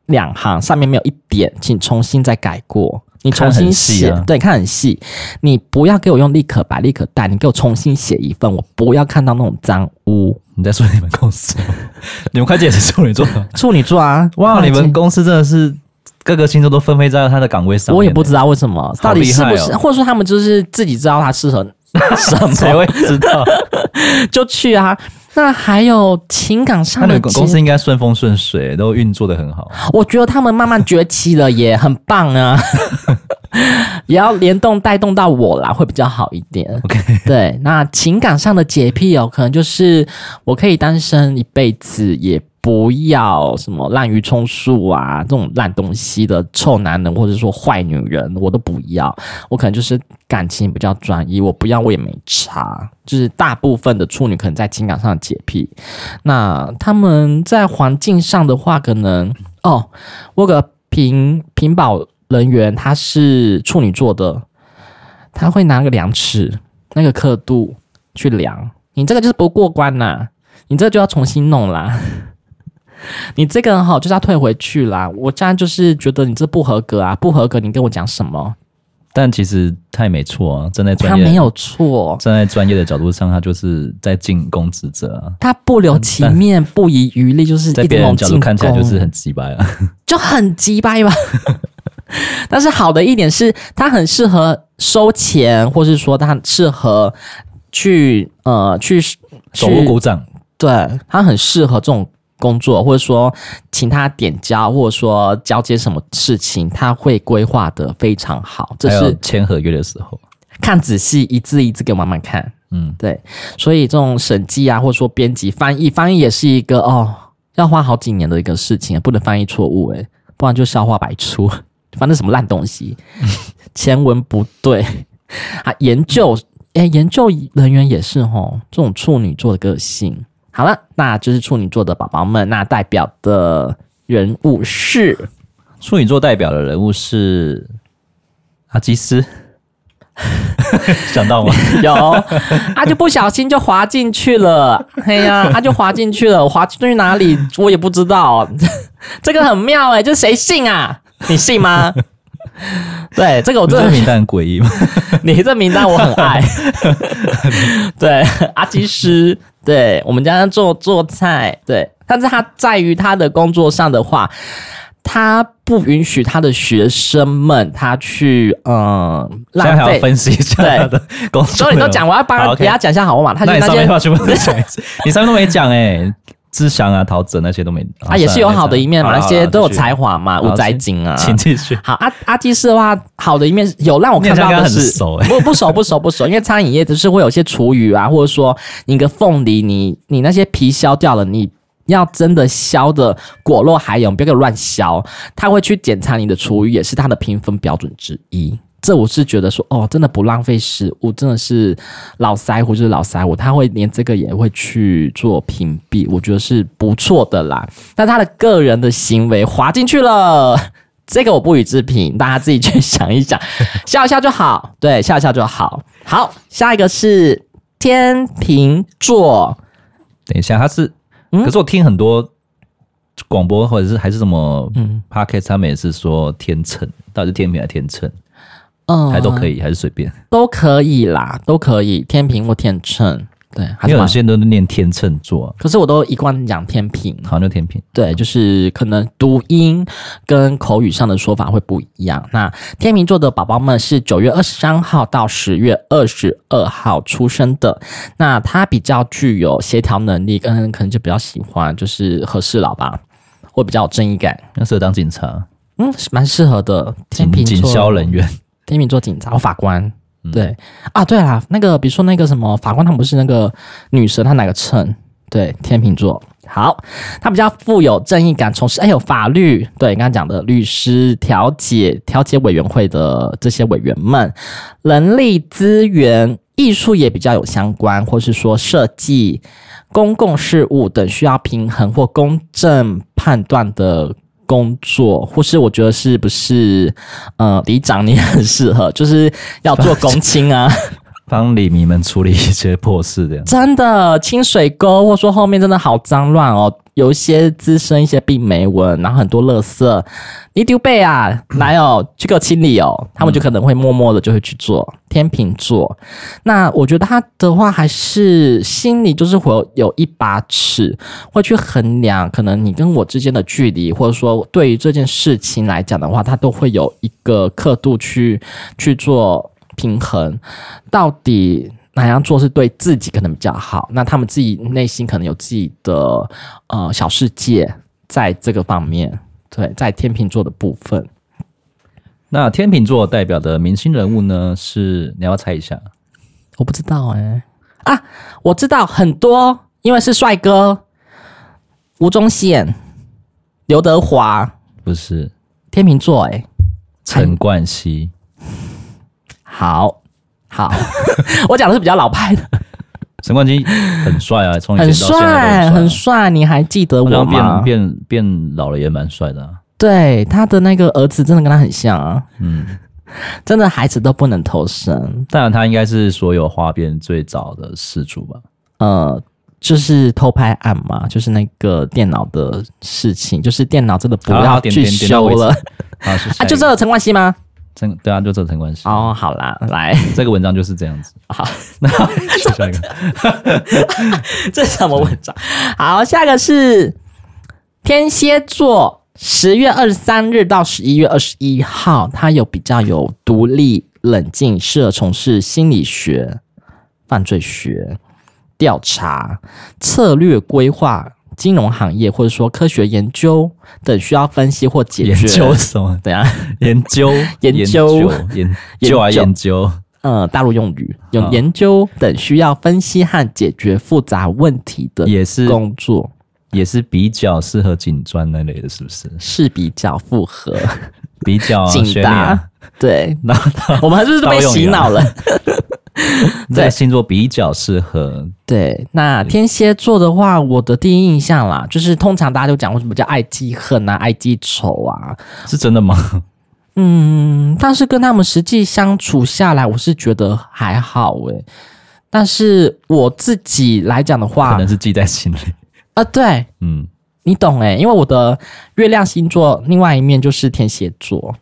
Speaker 2: 两行，上面没有一点，请重新再改过。你重新写，
Speaker 1: 看很细啊
Speaker 2: 对，看很细。你不要给我用立可白、立可带，你给我重新写一份，我不要看到那种脏污。
Speaker 1: 你在说你们公司
Speaker 2: (laughs)
Speaker 1: 吗？你们会计也是处女座吗？
Speaker 2: 处女座啊，
Speaker 1: 哇，
Speaker 2: 会
Speaker 1: 你
Speaker 2: 计
Speaker 1: 们公司真的是各个星座都分配在他的岗位上面。
Speaker 2: 我也不知道为什么，到底是不
Speaker 1: 好厉
Speaker 2: 是，
Speaker 1: 害哦
Speaker 2: 或者说他们就是自己知道他适合什
Speaker 1: 道谁
Speaker 2: 么
Speaker 1: 会知
Speaker 2: (laughs)
Speaker 1: 道。
Speaker 2: 就去啊。那还有情感
Speaker 1: 那
Speaker 2: 上
Speaker 1: 你
Speaker 2: 的
Speaker 1: 们公司
Speaker 2: 接，
Speaker 1: 应该顺风顺水，都运作的很好。
Speaker 2: 我觉得他们慢慢崛起了，也很棒啊。 (laughs) 也要联动带动到我啦，会比较好一点。
Speaker 1: OK，
Speaker 2: 对，那情感上的洁癖哦，可能就是我可以单身一辈子，也不要什么滥竽充数啊，这种烂东西的臭男人或者说坏女人，我都不要。我可能就是感情比较专一，我不要我也没差。就是大部分的处女可能在情感上的洁癖，那他们在环境上的话，可能哦，我有个屏屏保人员，他是处女座的，他会拿那个量尺那个刻度去量，你这个就是不过关啦、你这个就要重新弄啦。 (laughs) 你这个哈就是要退回去啦！我这样就是觉得你这不合格啊，不合格！你跟我讲什么？
Speaker 1: 但其实他也没错啊，站在
Speaker 2: 他
Speaker 1: 专业
Speaker 2: 没有错，
Speaker 1: 站在专业的角度上，他就是在进攻职责啊。
Speaker 2: 他不留情面，不遗余力，就是
Speaker 1: 在
Speaker 2: 一
Speaker 1: 别
Speaker 2: 直
Speaker 1: 人
Speaker 2: 猛
Speaker 1: 角度
Speaker 2: 进攻，
Speaker 1: 看起来就是很鸡掰啊。
Speaker 2: 就很鸡掰吧。 (laughs) 但是好的一点是，它很适合收钱，或是说它很适合去呃去
Speaker 1: 手握
Speaker 2: 去
Speaker 1: 鼓掌，
Speaker 2: 对，它很适合这种工作，或者说请他点交，或者说交接什么事情，他会规划的非常好。这
Speaker 1: 还有
Speaker 2: 是
Speaker 1: 签合约的时候，
Speaker 2: 看仔细一字一字给我慢慢看。
Speaker 1: 嗯，
Speaker 2: 对，所以这种审计啊，或者说编辑、翻译，翻译也是一个哦，要花好几年的一个事情，啊不能翻译错误诶，不然就笑话百出， (laughs) 翻正什么烂东西，前文不对 (laughs) 啊。研究，诶，研究人员也是吼，这种处女座的个性。好了，那就是处女座的宝宝们，那代表的人物是
Speaker 1: 处女座代表的人物是阿基
Speaker 2: (laughs)
Speaker 1: 斯，想到吗？
Speaker 2: 有， (laughs) 他、就不小心就滑进去了。哎呀，他、就滑进去了，滑进去哪里我也不知道。这个很妙哎、这谁信啊？你信 (laughs) 吗？哦对，这个我
Speaker 1: 你
Speaker 2: 真
Speaker 1: 这
Speaker 2: 的，
Speaker 1: 名单很诡异吗？
Speaker 2: 你这名单我很 (laughs) 爱。对，阿基师，对我们家做做菜，对，但是他在于他的工作上的话，他不允许他的学生们他去嗯
Speaker 1: 现在
Speaker 2: (laughs) 浪
Speaker 1: 还
Speaker 2: 费
Speaker 1: 要。分析一下他的工作。
Speaker 2: 所以你都讲，，我要帮
Speaker 1: 好
Speaker 2: 他
Speaker 1: ，OK
Speaker 2: 给他讲一下好嘛？他就
Speaker 1: 那你
Speaker 2: 那
Speaker 1: 上面
Speaker 2: 些
Speaker 1: 话全部都讲一
Speaker 2: (laughs)
Speaker 1: 次，你上面都没讲哎，志祥啊、陶喆那些都没
Speaker 2: 啊，也是有好的一面嘛，那些都有才
Speaker 1: 华，
Speaker 2: 华嘛，
Speaker 1: 好
Speaker 2: 五宅精啊。
Speaker 1: 请继续。
Speaker 2: 好，阿阿基斯的话，好的一面是有让我看到
Speaker 1: 你好像
Speaker 2: 的
Speaker 1: 跟他很
Speaker 2: 是，
Speaker 1: 熟欸
Speaker 2: 不不熟不熟不熟，因为餐饮业只是会有一些厨余啊，或者说你个凤梨，你你那些皮削掉了，你要真的削的果肉还有，你不要给我乱削。他会去检查你的厨余，也是他的评分标准之一。这我是觉得说，哦，真的不浪费食物，真的是老腮胡就是老腮胡，他会连这个也会去做屏蔽，我觉得是不错的啦。但他的个人的行为滑进去了，这个我不予置评，大家自己去 (laughs) 想一想，笑一笑就好，对，笑一笑就好。好，下一个是天秤座，
Speaker 1: 等一下，他是，
Speaker 2: 嗯
Speaker 1: 可是我听很多广播或者是还是什么
Speaker 2: 嗯
Speaker 1: p o c k e t 他们也是说天秤，到底是天平还是天秤，
Speaker 2: 嗯，
Speaker 1: 还都可以，还是随便。
Speaker 2: 都可以啦，都可以，天平或天秤，对，还
Speaker 1: 因为
Speaker 2: 是蛮
Speaker 1: 有些人都念天秤座啊，
Speaker 2: 可是我都一贯讲天平，
Speaker 1: 好像就天平。
Speaker 2: 对，就是可能读音跟口语上的说法会不一样。那天秤座的宝宝们是九月二十三号到十月二十二号出生的，那他比较具有协调能力，跟可能就比较喜欢就是和事佬吧，会比较有正义感，
Speaker 1: 那适合当警察、
Speaker 2: 嗯，是蛮适合的。天
Speaker 1: 警
Speaker 2: 秤
Speaker 1: 警
Speaker 2: 座
Speaker 1: 消人员，
Speaker 2: 天秤座警察、哦、法官，对、啊，对啦，那个比如说那个什么法官，他不是那个女神，她哪个秤？对，天秤座。好，他比较富有正义感，从事哎有法律，对，刚刚讲的律师、调解、调解委员会的这些委员们，人力资源、艺术也比较有相关，或是说设计、公共事务等需要平衡或公正判断的工作，或是我觉得是不是呃，里长你很适合，就是要做公亲啊，
Speaker 1: 帮李迷们处理一些破事这样。
Speaker 2: 真的清水沟，或说后面真的好脏乱哦，有一些滋生一些病霉蚊，然后很多垃圾，你丢背啊，来哦，去给我清理哦，他们就可能会默默的就会去做天秤座。那我觉得他的话还是心里就是会有有一把尺，会去衡量可能你跟我之间的距离，或者说对于这件事情来讲的话，他都会有一个刻度去去做平衡，到底哪样做是对自己可能比较好？那他们自己内心可能有自己的呃小世界，在这个方面，对，在天秤座的部分，
Speaker 1: 那天秤座代表的明星人物呢是，你要不要猜一下，
Speaker 2: 我不知
Speaker 1: 欸
Speaker 2: 道哎、啊，我知道很多，因为是帅哥，吴宗宪、刘德华，
Speaker 1: 不是
Speaker 2: 天秤座、哎，
Speaker 1: 陈冠希，
Speaker 2: 好好， (laughs) 我讲的是比较老派的，
Speaker 1: 陈冠希很帅
Speaker 2: (laughs)
Speaker 1: 啊，从以前
Speaker 2: 很
Speaker 1: 到现在
Speaker 2: 帅，
Speaker 1: 都
Speaker 2: 很
Speaker 1: 很。
Speaker 2: 帅，你还记得
Speaker 1: 好
Speaker 2: 我
Speaker 1: 像
Speaker 2: 吗
Speaker 1: 变？变变老了也蛮帅的、啊，
Speaker 2: 对，他的那个儿子真的跟他很像啊，
Speaker 1: 嗯，
Speaker 2: 真的孩子都不能偷生，
Speaker 1: 当然他应该是所有花边最早的始祖吧，
Speaker 2: 呃。就是偷拍案嘛，就是那个电脑的事情，就是电脑真的不
Speaker 1: 好好
Speaker 2: 要
Speaker 1: 点
Speaker 2: 去
Speaker 1: 点点到
Speaker 2: 修
Speaker 1: 为止
Speaker 2: 了
Speaker 1: 啊，是
Speaker 2: 啊！就
Speaker 1: 这
Speaker 2: 这个陈冠希吗？
Speaker 1: 陈对啊，就这陈冠希，
Speaker 2: 哦，好啦，来，
Speaker 1: 这个文章就是这样子。
Speaker 2: 好，
Speaker 1: (laughs) 那去下一
Speaker 2: (laughs)
Speaker 1: 个，
Speaker 2: 这是什么文章？好，下个是天蝎座，十月二十三日到十一月二十一号，他有比较有独立、冷静，适合从事心理学、犯罪学、调查、策略规划、金融行业，或者说科学研究等需要分析或解
Speaker 1: 研
Speaker 2: 决。啊
Speaker 1: 究
Speaker 2: (laughs)
Speaker 1: 什么？
Speaker 2: 等一下，
Speaker 1: 研究
Speaker 2: 研究
Speaker 1: 研究啊研究，
Speaker 2: 呃，大陆用语
Speaker 1: 好
Speaker 2: 有研究等需要分析和解决复杂问题的
Speaker 1: 也是
Speaker 2: 工作。
Speaker 1: 也是比较适合警专那类的，是不是？
Speaker 2: 是比较符合
Speaker 1: 比较
Speaker 2: 竞
Speaker 1: 学历啊
Speaker 2: 答，， (laughs)
Speaker 1: (laughs)
Speaker 2: 对，
Speaker 1: 然后他
Speaker 2: 我们是不是被洗脑
Speaker 1: (laughs)
Speaker 2: 了？
Speaker 1: 这个星座比较适合
Speaker 2: 对，那天蝎座的话，我的第一印象啦，就是通常大家都讲为什么叫爱记恨啊、爱记仇啊，
Speaker 1: 是真的吗？
Speaker 2: 嗯，但是跟他们实际相处下来，我是觉得还好诶、但是我自己来讲的
Speaker 1: 可
Speaker 2: 话
Speaker 1: 能，是记在心里。
Speaker 2: 啊，对
Speaker 1: 嗯，
Speaker 2: 你懂诶、因为我的月亮星座另外一面就是天蝎座，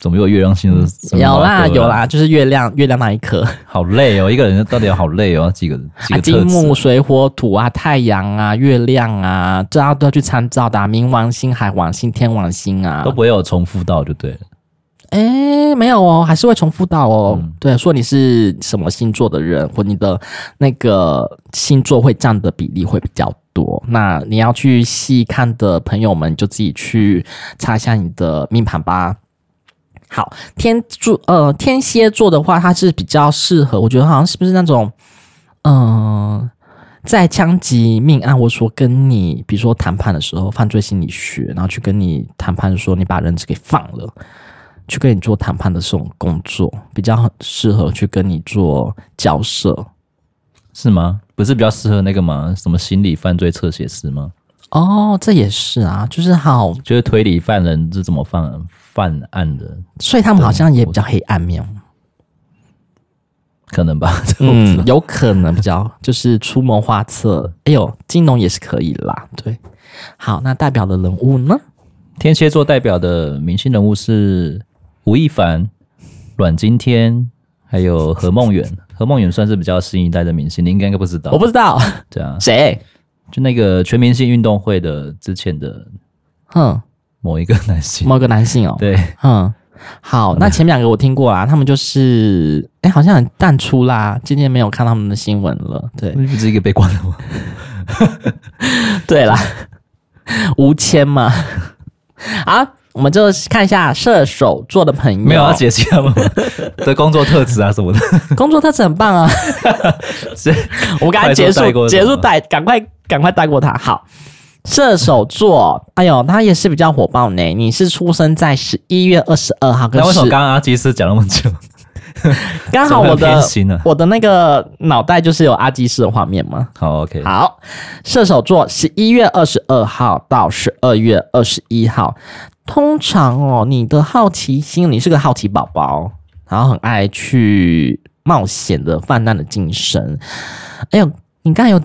Speaker 1: 怎么又有啊月亮星座？
Speaker 2: 嗯有
Speaker 1: 啦
Speaker 2: 啦有，啦，就是月亮月亮那一颗。
Speaker 1: 好累哦，一个人到底有好累哦，几个几个
Speaker 2: 啊，
Speaker 1: 特
Speaker 2: 金木
Speaker 1: 质？
Speaker 2: 水火土啊，太阳啊，月亮啊，这要都要去参照的、啊。冥王星、海王星、天王星啊
Speaker 1: 都，不会有重复到就对了。
Speaker 2: 哎，没有哦，还是会重复到哦。对，说你是什么星座的人，或你的那个星座会占的比例会比较多。那你要去细看的朋友们，就自己去查一下你的命盘吧。好，天柱呃天蝎座的话，它是比较适合，我觉得好像是不是那种，嗯、在枪击命案，我说跟你，比如说谈判的时候，犯罪心理学，然后去跟你谈判说你把人质给放了，去跟你做谈判的这种工作，比较适合去跟你做交涉。
Speaker 1: 是吗？不是比较适合那个吗？什么心理犯罪侧写师吗？
Speaker 2: 哦，这也是啊，就是好，
Speaker 1: 就是推理犯人是怎么犯犯案的，
Speaker 2: 所以他们好像也比较黑暗面，
Speaker 1: 可能吧？这我不知道
Speaker 2: 嗯，有可能比较就是出谋划策。哎呦，金融也是可以啦，对。好，那代表的人物呢？
Speaker 1: 天蝎座代表的明星人物是吴亦凡、阮经天，还有何梦远。何梦远算是比较新一代的明星，你应该应该不知道。
Speaker 2: 我不知道
Speaker 1: 对啊，
Speaker 2: 谁，
Speaker 1: 就那个全明星运动会的之前的
Speaker 2: 哼，
Speaker 1: 某一个男 (laughs) 星。
Speaker 2: 某个男性哦，
Speaker 1: 对，
Speaker 2: 嗯，好，那前面两个我听过啦，他们就是，哎、好像很淡出啦，今天没有看他们的新闻了，对
Speaker 1: 不是一个被关了吗？
Speaker 2: 对啦，吴谦嘛，好，我们就看一下射手座的朋
Speaker 1: (laughs)
Speaker 2: 友，
Speaker 1: 没有啊要解析他 (laughs) 们的工作特质啊什么的。
Speaker 2: 工作特质很棒啊，
Speaker 1: (laughs) 是
Speaker 2: 我们赶快结
Speaker 1: 快速带
Speaker 2: 束，
Speaker 1: 过
Speaker 2: 结束
Speaker 1: 什么
Speaker 2: 带，赶快赶快带过他，好。射手座，哎呦，他也是比较火爆呢。你是出生在十一月二十二号跟
Speaker 1: 那为什么
Speaker 2: 10
Speaker 1: 刚刚阿基斯讲那么久？
Speaker 2: 刚好
Speaker 1: 怎么那么
Speaker 2: 我的
Speaker 1: 偏心呢
Speaker 2: 我的那个脑袋就是有阿基师的画面嘛。
Speaker 1: 好，OK，
Speaker 2: 好，射手座十一月二十二号到十二月二十一号，通常哦，你的好奇心，你是个好奇宝宝，然后很爱去冒险的泛滥的精神。哎呦，你刚才有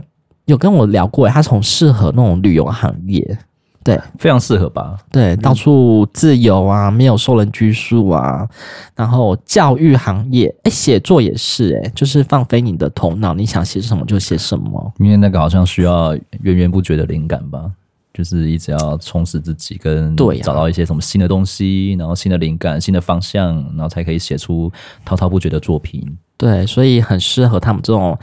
Speaker 2: 有跟我聊过，欸他从适合那种旅游行业，对，
Speaker 1: 非常适合吧？
Speaker 2: 对，到处自由啊，没有受人拘束啊。然后教育行业，哎，写作也是、诶哎，就是放飞你的头脑，你想写什么就写什么。
Speaker 1: 因为那个好像需要源源不绝的灵感吧，就是一直要充实自己，跟
Speaker 2: 对呀啊
Speaker 1: 找到一些什么新的东西，然后新的灵感、新的方向，然后才可以写出滔滔不绝的作品。
Speaker 2: 对，所以很适合他们这种，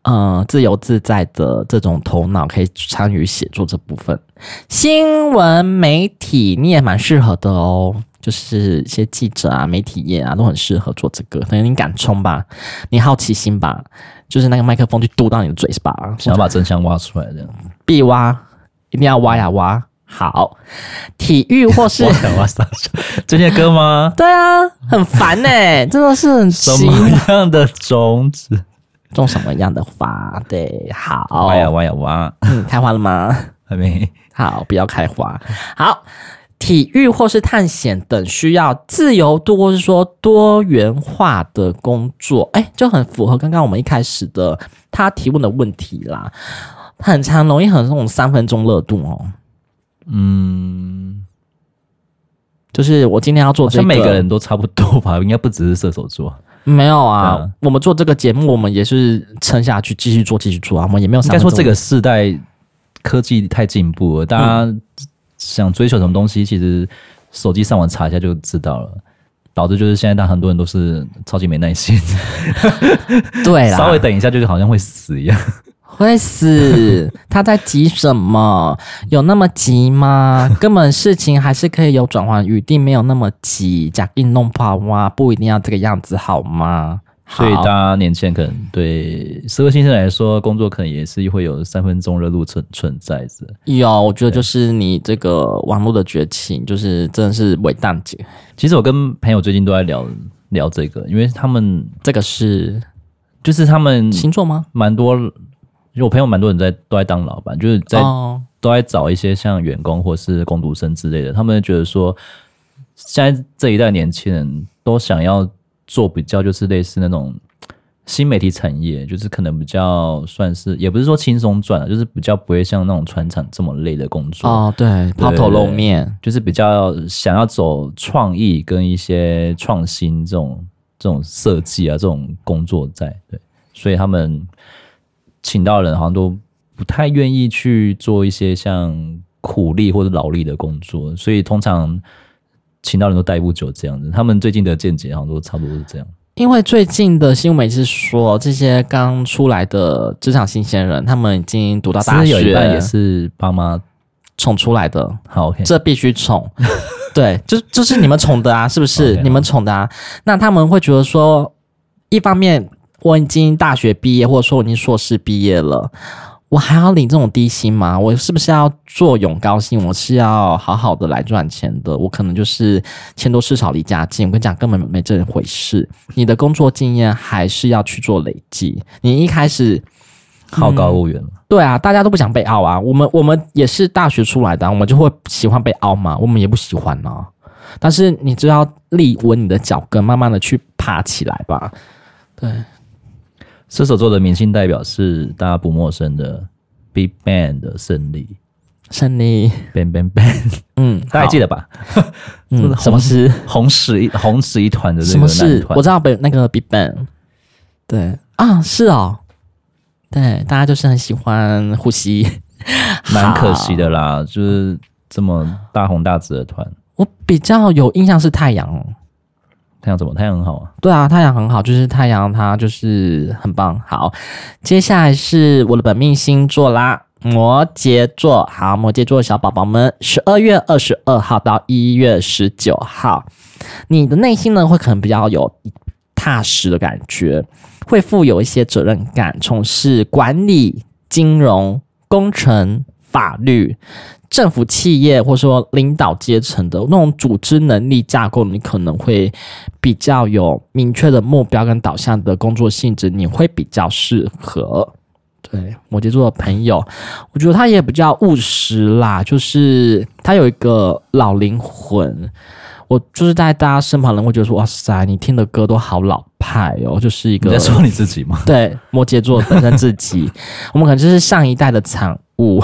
Speaker 2: 呃，自由自在的这种头脑，可以参与写作这部分。新闻媒体你也蛮适合的哦，就是一些记者啊、媒体业啊，都很适合做这个。可能你敢冲吧，你好奇心吧，就是那个麦克风去嘟到你的嘴巴， (laughs)
Speaker 1: 想要把真相挖出来，这样
Speaker 2: 必挖。一定要挖呀挖。好，体育或是？
Speaker 1: 哇哇塞，这些歌吗
Speaker 2: 对啊，很烦呢、真的是很
Speaker 1: 什
Speaker 2: 奇
Speaker 1: 么样的种子？
Speaker 2: 种什么样的花？对， (laughs) 好
Speaker 1: 挖，哎呀挖呀挖，
Speaker 2: 嗯，开花了吗？ (laughs)
Speaker 1: 还没。
Speaker 2: 好，不要开花。好，体育或是探险等需要自由度或是说多元化的工作，哎，就很符合刚刚我们一开始的他提问的问题啦。很长，容易很那种三分钟热度哦。
Speaker 1: 嗯，
Speaker 2: 就是我今天要做
Speaker 1: 好
Speaker 2: 这
Speaker 1: 像
Speaker 2: 个，
Speaker 1: 每个人都差不多吧，应该不只是射手座，
Speaker 2: 没有啊。
Speaker 1: 嗯
Speaker 2: 我们做这个节目，我们也是撑下去，继续做，继续做啊。我们也没有
Speaker 1: 哦应
Speaker 2: 三
Speaker 1: 该
Speaker 2: 分
Speaker 1: 说
Speaker 2: 钟
Speaker 1: 这个世代科技太进步了，大家
Speaker 2: 嗯
Speaker 1: 想追求什么东西，其实手机上网查一下就知道了。导致就是现在，大很多人都是超级没耐心，
Speaker 2: 对啦，
Speaker 1: 稍微等一下就是好像会死一样。
Speaker 2: 会死！他在急什么？
Speaker 1: (laughs)
Speaker 2: 有那么急吗？根本事情还是可以有转换余地，没有那么急。假硬弄不好吗？不一定要这个样子好吗？好
Speaker 1: 所以大家年轻人可能对社会新生来说，工作可能也是会有三分钟热度存存在着。
Speaker 2: 有，啊我觉得就是你这个网络的崛起，就是真的是伟大姐，
Speaker 1: 其实我跟朋友最近都在聊聊这个，因为他们
Speaker 2: 这个是
Speaker 1: 就是他们
Speaker 2: 星座吗？
Speaker 1: 蛮多，就我朋友蛮多人在都在当老板，就是在、
Speaker 2: 哦，
Speaker 1: 都在找一些像员工或是工读生之类的，他们觉得说，现在这一代年轻人都想要做比较就是类似那种新媒体产业，就是可能比较算是也不是说轻松赚啊，就是比较不会像那种船厂这么累的工作。
Speaker 2: 哦，对，抛头露面，
Speaker 1: 就是比较想要走创意跟一些创新这种这种设计啊，这种工作在对，所以他们请到的人好像都不太愿意去做一些像苦力或者劳力的工作，所以通常请到人都待不久这样子。他们最近的见解好像都差不多是这样。
Speaker 2: 因为最近的新闻是说，这些刚出来的职场新鲜人，他们已经读到
Speaker 1: 其
Speaker 2: 大
Speaker 1: 实
Speaker 2: 学，
Speaker 1: 有一半也是爸妈
Speaker 2: 宠出来的。
Speaker 1: 好 OK，
Speaker 2: 这必须宠， (laughs) 对，就就是你们宠的啊，是不是
Speaker 1: OK，
Speaker 2: 你们宠的啊，那他们会觉得说，一方面我已经大学毕业，或者说我已经硕士毕业了。我还要领这种低薪吗？我是不是要坐拥高薪？我是要好好的来赚钱的。我可能就是钱多事少离家近。我跟你讲，根本没这回事。你的工作经验还是要去做累积。你一开始
Speaker 1: 好高骛远了。
Speaker 2: 对啊，大家都不想被凹啊。我们我们也是大学出来的啊、我们就会喜欢被凹嘛，我们也不喜欢啊。但是你就要立稳你的脚跟，慢慢的去爬起来吧。
Speaker 1: 射手座的明星代表是大家不陌生的 Big Bang 的胜利
Speaker 2: 胜利，
Speaker 1: ，Bang Bang Bang。
Speaker 2: 嗯，
Speaker 1: 大家还记
Speaker 2: 得
Speaker 1: 得 (laughs) 吧？
Speaker 2: 嗯
Speaker 1: 红
Speaker 2: 什么事？
Speaker 1: 红石一红石一团的这
Speaker 2: 什
Speaker 1: 个
Speaker 2: 么
Speaker 1: 男
Speaker 2: 事？
Speaker 1: 团，
Speaker 2: 我知道被那个 Big Bang，对啊，是哦，对，大家就是很喜欢呼吸，
Speaker 1: 蛮可惜的啦，就是这么大红大紫的团，
Speaker 2: 我比较有印象是太阳哦，
Speaker 1: 太阳怎么太阳很好啊？
Speaker 2: 对啊，太阳很好，就是太阳它就是很棒。好，接下来是我的本命星座啦，摩羯座。好，摩羯座的小宝宝们，十二月二十二号到一月十九号，你的内心呢会可能比较有踏实的感觉，会负有一些责任感，从事管理、金融、工程、法律。政府企业或者说领导阶层的那种组织能力架构，你可能会比较有明确的目标跟导向的工作性质，你会比较适合。对摩羯座的朋友，我觉得他也比较务实啦，就是他有一个老灵魂。我就是在大家身旁的人会觉得说，哇塞，你听的歌都好老派哦，就是一
Speaker 1: 你
Speaker 2: 个
Speaker 1: 在说你自己吗？ (laughs)
Speaker 2: 对，摩羯座本身自己，我们可能就是上一代的产物，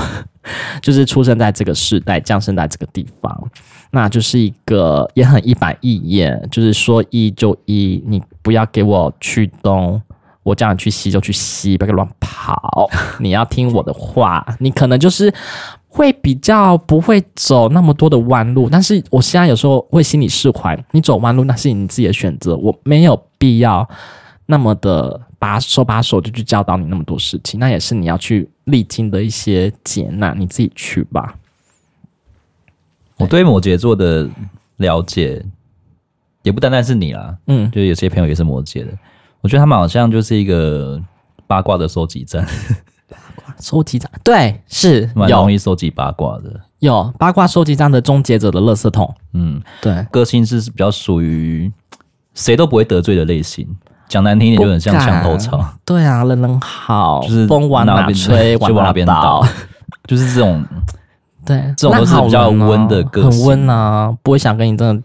Speaker 2: (laughs) 就是出生在这个世代，降生在这个地方，那就是一个也很一板一眼，就是说一就一，你不要给我去东。我叫你去西就去西，不要给我乱跑。你要听我的话，你可能就是会比较不会走那么多的弯路。但是我现在有时候会心里释怀，你走弯路那是你自己的选择，我没有必要那么的把手把手就去教导你那么多事情，那也是你要去历经的一些劫难，你自己去吧。
Speaker 1: 我对摩羯座的了解，也不单单是你啦，
Speaker 2: 嗯，
Speaker 1: 就有些朋友也是摩羯的，我觉得他们好像就是一个八卦的收集站，
Speaker 2: 收集长，对，是
Speaker 1: (laughs) 蛮
Speaker 2: 有
Speaker 1: 容易收集八卦的。
Speaker 2: 有八卦收集站的终结者的垃圾桶，
Speaker 1: 嗯，
Speaker 2: 对，
Speaker 1: 个性是比较属于谁都不会得罪的类型。讲难听一点，就很像
Speaker 2: 不敢
Speaker 1: 墙头草，
Speaker 2: 对啊，人人好，
Speaker 1: 就是
Speaker 2: 风往
Speaker 1: 哪
Speaker 2: 哪
Speaker 1: 边
Speaker 2: 吹，
Speaker 1: 就往
Speaker 2: 哪
Speaker 1: 哪边倒，就是这种
Speaker 2: (laughs) 对，
Speaker 1: 这种
Speaker 2: 那
Speaker 1: 都是
Speaker 2: 好
Speaker 1: 比较
Speaker 2: 人哦
Speaker 1: 温的个
Speaker 2: 很
Speaker 1: 性
Speaker 2: 温啊，不会想跟你真的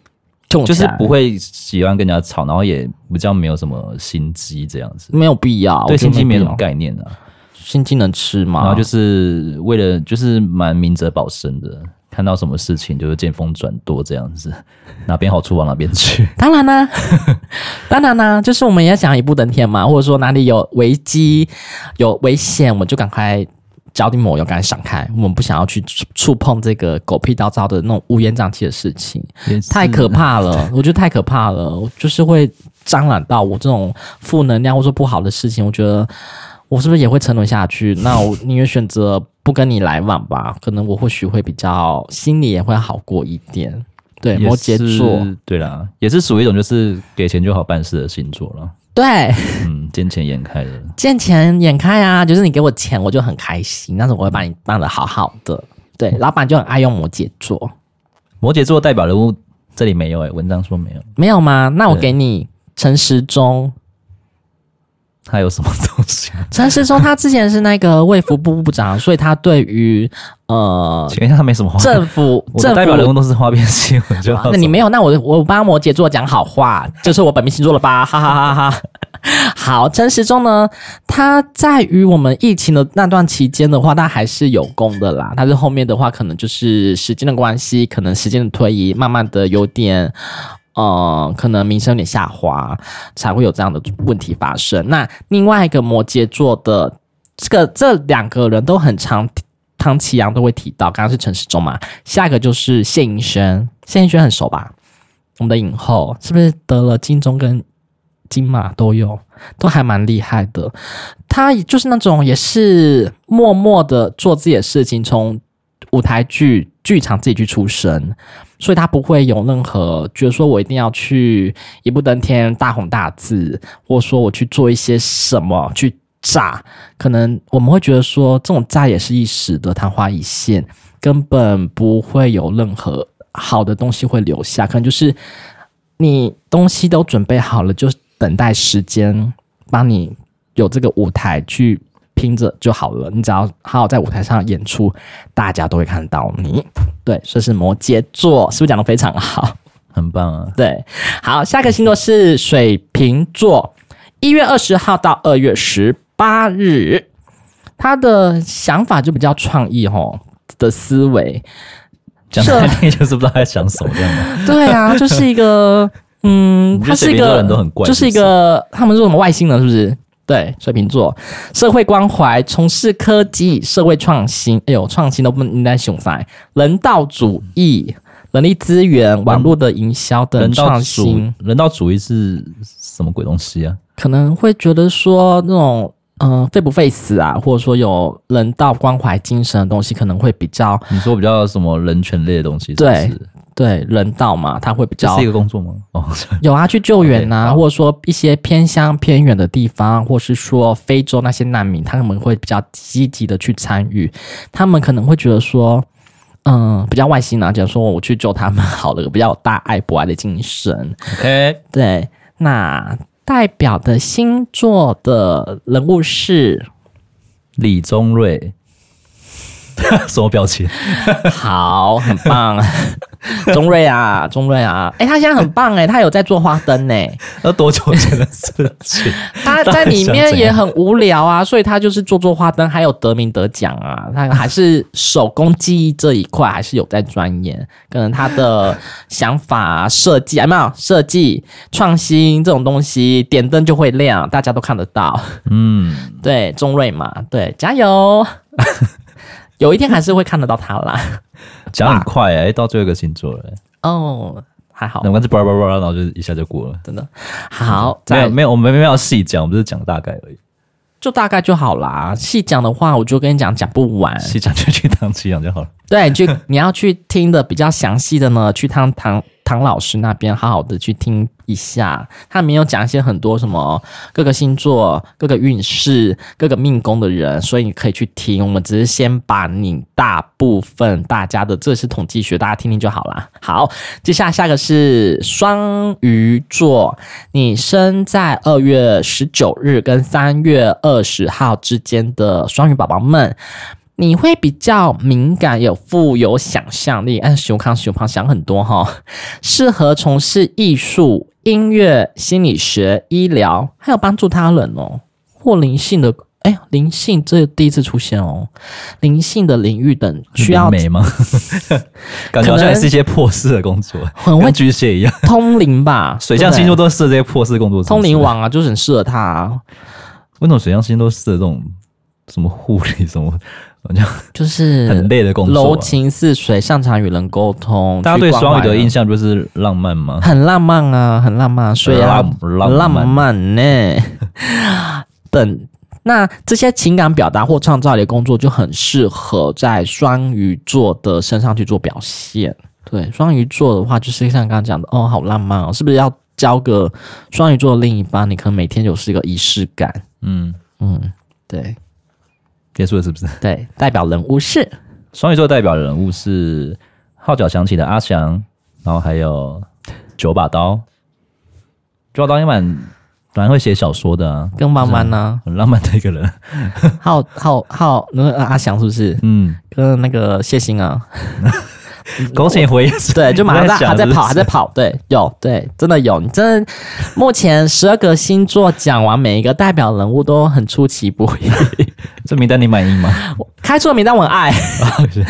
Speaker 2: 冲
Speaker 1: 就
Speaker 2: 起
Speaker 1: 是
Speaker 2: 来，
Speaker 1: 不会喜欢跟人家吵，然后也比较没有什么心机这样子，
Speaker 2: 没有必要，
Speaker 1: 对
Speaker 2: 我觉得
Speaker 1: 心机没
Speaker 2: 必
Speaker 1: 什
Speaker 2: 要啊
Speaker 1: 么概念啊。
Speaker 2: 心机能吃吗？
Speaker 1: 然后就是为了就是蛮明哲保身的，看到什么事情就是见风转舵这样子， (laughs) 哪边好处往哪边去。
Speaker 2: 当然啦、 (laughs) 当然啦、就是我们也要想一步登天嘛，或者说哪里有危机、有危险，我们就赶快脚底抹油，赶快闪开。我们不想要去触触碰这个狗屁倒灶的那种乌烟瘴气的事情，
Speaker 1: 也是
Speaker 2: 太可怕
Speaker 1: (laughs)
Speaker 2: 了，我觉得太可怕了，我就是会沾染到我这种负能量或者说不好的事情，我觉得。我是不是也会沉沦下去？那我宁愿选择不跟你来往吧，可能我或许会比较心里也会好过一点。对，
Speaker 1: 也
Speaker 2: 摩羯座，
Speaker 1: 是，对啦，也是属于一种就是给钱就好办事的星座了。
Speaker 2: 对，
Speaker 1: 嗯，见钱眼开的，
Speaker 2: 见钱眼开啊，就是你给我钱，我就很开心，但是我会把你办的好好的。对，
Speaker 1: 嗯
Speaker 2: 老板就很爱用摩羯座，
Speaker 1: 摩羯座代表人物这里没有哎、文章说没有，
Speaker 2: 没有吗？那我
Speaker 1: 对
Speaker 2: 给你陈时中，
Speaker 1: 他有什么东西？
Speaker 2: 陈时中他之前是那个卫福部部长，所以他对于呃
Speaker 1: 请问一下，他没什么话。
Speaker 2: 政府
Speaker 1: 我
Speaker 2: 政
Speaker 1: 的代表人
Speaker 2: 府
Speaker 1: 物，都是花边新闻，就
Speaker 2: 那你没有，那我我帮摩羯座讲好话，这是我本命星座了吧？ (laughs) 哈哈哈哈哈。好，陈时中呢，他在于我们疫情的那段期间的话，他还是有功的啦。但是后面的话，可能就是时间的关系，可能时间的推移，慢慢的有点。呃，可能名声有点下滑，才会有这样的问题发生。那另外一个摩羯座的这个这两个人都很常汤启阳都会提到，刚刚是陈时中嘛，下一个就是谢盈萱，谢盈萱很熟吧？我们的影后是不是得了金钟跟金马都有，都还蛮厉害的。她就是那种也是默默的做自己的事情，从舞台剧、剧场自己去出身，所以她不会有任何觉得说我一定要去一步登天、大红大紫，或者说我去做一些什么去炸。可能我们会觉得说这种炸也是一时的，昙花一现，根本不会有任何好的东西会留下，可能就是你东西都准备好了，就等待时间帮你有这个舞台去拼着就好了。你只要好好在舞台上演出，大家都会看到你。对，这是摩羯座，是不是讲的非常好？
Speaker 1: 很棒啊，
Speaker 2: 对，好，下个星座是水瓶座，一月二十号到二月十八日，他的想法就比较创意吼的思维，
Speaker 1: 讲
Speaker 2: 是啊
Speaker 1: 难听 (laughs) 就是不知道在想什么这样的。
Speaker 2: 对啊，就是
Speaker 1: (laughs)
Speaker 2: 一个，嗯，
Speaker 1: 你觉
Speaker 2: 他
Speaker 1: 得
Speaker 2: 是一
Speaker 1: 水瓶座
Speaker 2: 个
Speaker 1: 人都很怪
Speaker 2: 就是一
Speaker 1: 是不是
Speaker 2: 个他们说什么外星人是不是？对，水瓶座，社会关怀，从事科技、社会创新，哎呦，创新都不能在熊塞，人道主义、人力资源、网络的营销等
Speaker 1: 人道
Speaker 2: 创
Speaker 1: 主
Speaker 2: 新，
Speaker 1: 人道主义是什么鬼东西啊？
Speaker 2: 可能会觉得说那种。嗯、呃，费不费死啊，或者说有人道关怀精神的东西，可能会比较
Speaker 1: 你说比较什么人权类的东西是不是？
Speaker 2: 对对人道嘛，他会比
Speaker 1: 这
Speaker 2: 较
Speaker 1: 是一个工作吗？哦，
Speaker 2: 有啊，去救援呐、
Speaker 1: OK，好
Speaker 2: 或者说一些偏乡偏远的地方，或是说非洲那些难民，他们会比较积极的去参与，他们可能会觉得说，嗯，比较外星啊，假如说我去救他们好了，比较有大爱博爱的精神。
Speaker 1: 哎、
Speaker 2: 对，那代表的星座的人物是
Speaker 1: 李宗瑞， (laughs) 什么表情？
Speaker 2: 好，很棒， (laughs) 钟瑞啊，钟瑞啊，哎、他现在很棒哎、他有在做花灯哎、
Speaker 1: 那多久前的事情？ (laughs)
Speaker 2: 他在里面也很无聊啊，所以他就是做做花灯，还有得名得奖啊，他还是手工技艺这一块还是有在钻研，可能他的想法设计有哎没有设计创新这种东西，点灯就会亮，大家都看得到。
Speaker 1: 嗯，
Speaker 2: 对，中瑞嘛，对，加油， (laughs) 有一天还是会看得到他啦。
Speaker 1: 讲很快哎、到最后一个星座了、欸，
Speaker 2: 哦，还好
Speaker 1: 那，我刚才叭叭叭，然后就一下就过了。
Speaker 2: 真的好，
Speaker 1: 没
Speaker 2: 再
Speaker 1: 有没有，我们没有要细讲，我们就是讲大概而已。
Speaker 2: 就大概就好啦。细讲的话，我就跟你讲讲不完。
Speaker 1: 细讲就去当机长就好了。
Speaker 2: 对，去你要去听的比较详细的呢，去唐唐唐老师那边好好的去听一下，他没有讲一些很多什么各个星座、各个运势、各个命宫的人，所以你可以去听。我们只是先把你大部分大家的，这是统计学，大家听听就好啦。好，接下来下个是双鱼座，你生在二月十九日跟三月二十号之间的双鱼宝宝们，你会比较敏感，有富有想象力，按熊康熊胖想很多哈、适合从事艺术、音乐、心理学、医疗，还有帮助他人哦，或灵性的。哎，灵性这第一次出现哦，灵性的领域等需要
Speaker 1: 美
Speaker 2: (laughs)
Speaker 1: 吗？感觉好像也是一些破事的工作，
Speaker 2: 很会
Speaker 1: 跟巨蟹一
Speaker 2: (laughs)
Speaker 1: 样，
Speaker 2: 通
Speaker 1: (laughs)
Speaker 2: 灵吧？
Speaker 1: 水象星
Speaker 2: 对
Speaker 1: 座
Speaker 2: 不对
Speaker 1: 都适合这些破事工作。
Speaker 2: 通灵，王啊，就是很适合他、啊，
Speaker 1: 为什么水象星座都适合这种什么护理什么，好像
Speaker 2: 就是
Speaker 1: 很累的工作
Speaker 2: 柔
Speaker 1: 啊？
Speaker 2: 情似水，擅长与人沟通。
Speaker 1: 大家对
Speaker 2: 去关怀
Speaker 1: 双鱼的
Speaker 2: 人
Speaker 1: 印象不就是浪漫吗？
Speaker 2: 很浪漫啊，很浪漫，所以啊，
Speaker 1: 浪
Speaker 2: 浪
Speaker 1: 漫
Speaker 2: 漫呢、 (laughs) 等那这些情感表达或创造力的工作就很适合在双鱼座的身上去做表现。对，双鱼座的话，就是像刚刚讲的，哦，好浪漫哦，是不是要交个双鱼座的另一半？你可能每天有是一个仪式感。
Speaker 1: 嗯，
Speaker 2: 嗯，对
Speaker 1: 结束了是不是？
Speaker 2: 对，代表人物是
Speaker 1: 双鱼座代表人物是号角响起的阿翔，然后还有九把刀。九把刀也蛮蛮会写小说的啊，
Speaker 2: 跟慢慢呢、
Speaker 1: 很浪漫的一个人。
Speaker 2: 浩浩浩，那个阿翔是不是？ (laughs)
Speaker 1: 嗯，
Speaker 2: 跟那个谢欣啊，
Speaker 1: 狗血回忆是
Speaker 2: (laughs) 对，就马上在还在跑，还。
Speaker 1: 你
Speaker 2: 在
Speaker 1: 想
Speaker 2: 跑，对，有，对，真的有，你真的，目前十二个星座讲完，每一个代表人物都很出其不意。 (laughs)
Speaker 1: 这名单你满意吗？
Speaker 2: 开出的名单我
Speaker 1: (laughs)
Speaker 2: 很爱，
Speaker 1: 是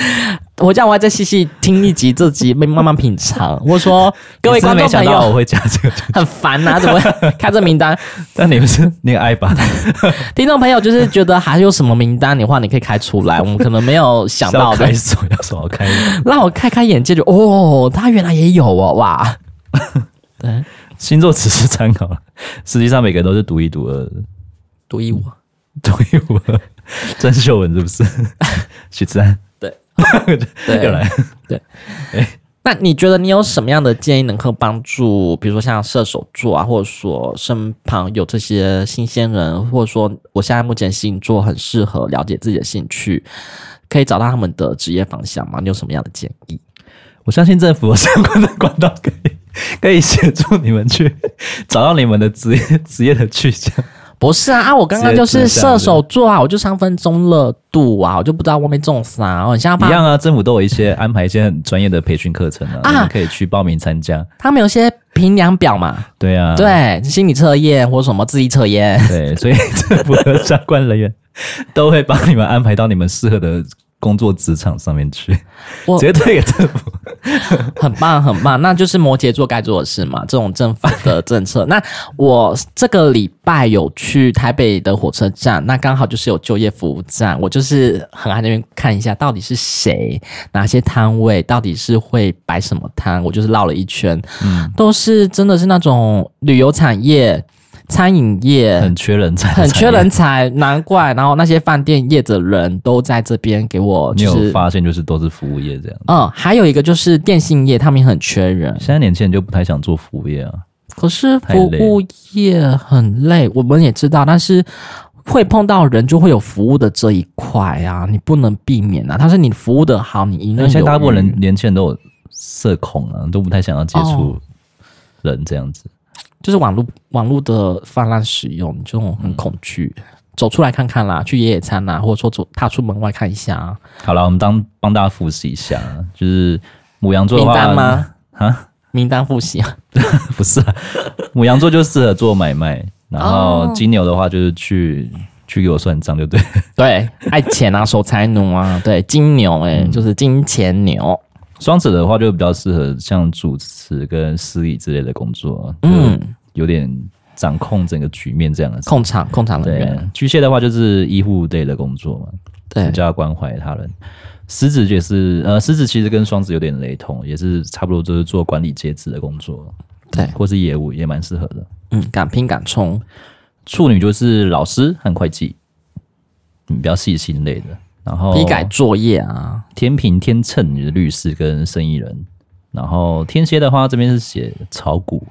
Speaker 2: 我这样我要再细细听一集，这集慢慢品尝。
Speaker 1: (laughs)
Speaker 2: 我说 (laughs) 各位
Speaker 1: 你是不是
Speaker 2: 观众
Speaker 1: 没想
Speaker 2: 朋
Speaker 1: 到
Speaker 2: 友，
Speaker 1: 我会加这个，
Speaker 2: 很烦呐、怎
Speaker 1: (laughs)
Speaker 2: 么会开这名单？
Speaker 1: 但你不是 (laughs) 你很爱吧？
Speaker 2: 听众朋友就是觉得还有什么名单的话，你可以开出来，我们可能没有想
Speaker 1: 是要
Speaker 2: 到的
Speaker 1: 开。锁要什么开的？
Speaker 2: 让我开开眼界就，哦，他原来也有哦，哇！
Speaker 1: 星座只是参考，实际上每个人都是独一无二的，
Speaker 2: 独一无二。
Speaker 1: 独一无
Speaker 2: (laughs)
Speaker 1: 二。郑秀文是不 (laughs) 是？许志安
Speaker 2: 对对
Speaker 1: 又来，
Speaker 2: 那你觉得你有什么样的建议能够帮助，比如说像射手座啊，或者说身旁有这些新鲜人，或者说我现在目前星座很适合了解自己的兴趣，可以找到他们的职业方向吗？你有什么样的建议？
Speaker 1: 我相信政府有相关的管道可以 (laughs) 可以协助你们去 (laughs) 找到你们的职业职业的去向。
Speaker 2: 不是啊，啊，我刚刚就
Speaker 1: 职业
Speaker 2: 是
Speaker 1: 指南
Speaker 2: 射手座啊，我就三分钟热度啊，我就不知道外面中啥、啊，我很像
Speaker 1: 一
Speaker 2: 怕
Speaker 1: 样啊，政府都有一些安排一些很专业的培训课程啊，
Speaker 2: 啊
Speaker 1: 你们可以去报名参加。
Speaker 2: 他们有些评量表嘛，
Speaker 1: 对啊，
Speaker 2: 对，心理测验或什么智力测 (laughs) 验，
Speaker 1: 对，所以政府的相关人员都会帮你们安排到你们适合的工作职场上面去，
Speaker 2: 我
Speaker 1: 直接推给政府。
Speaker 2: 很棒，很棒，那就是摩羯座该做的事嘛，这种政府的政策。那我这个礼拜有去台北的火车站，那刚好就是有就业服务站，我就是很爱那边看一下到底是谁，哪些摊位，到底是会摆什么摊，我就是绕了一圈，
Speaker 1: 嗯，
Speaker 2: 都是真的是那种旅游产业、餐饮业，
Speaker 1: 很缺人才，
Speaker 2: (laughs) 很缺人。才，难怪。然后那些饭店业的人都在这边给我，
Speaker 1: 你
Speaker 2: 就
Speaker 1: 有
Speaker 2: 是
Speaker 1: 发现就是都是服务业这样，
Speaker 2: 嗯，还有一个就是电信业，他们也很缺人。
Speaker 1: 现在年轻人就不太想做服务业啊。
Speaker 2: 可是
Speaker 1: 太
Speaker 2: 服
Speaker 1: 累
Speaker 2: 务业很累，我们也知道，但是会碰到人就会有服务的这一块啊，你不能避免啊。但是你服务的好，你一
Speaker 1: 因
Speaker 2: 定
Speaker 1: 为现在大部分
Speaker 2: 有余
Speaker 1: 人年轻人都有社恐啊，都不太想要接
Speaker 2: 哦
Speaker 1: 触人这样子。
Speaker 2: 就是网络网络的泛滥使用，你这种很恐惧。
Speaker 1: 嗯
Speaker 2: 走出来看看啦，去野野餐啦，或者说走踏出门外看一下啊。
Speaker 1: 好了，我们当帮大家复习一下，啊就是母羊座的
Speaker 2: 名
Speaker 1: 话
Speaker 2: 单吗？
Speaker 1: 啊，
Speaker 2: 名单复习啊，
Speaker 1: (laughs) 不是、啊，母羊座就适合做买卖，然
Speaker 2: 哦
Speaker 1: 后金牛的话就是去去给我算账，就对了。
Speaker 2: 对，爱
Speaker 1: (laughs)
Speaker 2: 钱啊，守财奴啊，对，金牛哎、
Speaker 1: 嗯
Speaker 2: 就是金钱牛。
Speaker 1: 双子的话就比较适合像主持跟司仪之类的工作，嗯
Speaker 2: 嗯，
Speaker 1: 有点掌控整个局面这样的。
Speaker 2: 控场控场人
Speaker 1: 对
Speaker 2: 员，，
Speaker 1: 巨蟹的话就是医护类的工作嘛，
Speaker 2: 对
Speaker 1: 比，较关怀他人。狮子也是，呃，狮子其实跟双子有点雷同，也是差不多就是做管理阶职的工作，
Speaker 2: 对
Speaker 1: 或是业务也蛮适合的。
Speaker 2: 嗯，敢拼敢冲，
Speaker 1: 处女就是老师和会计，嗯，比较细心类的。然后
Speaker 2: 批改作业啊，
Speaker 1: 天平、天秤你的律师跟生意人，然后天蝎的话这边是写炒股，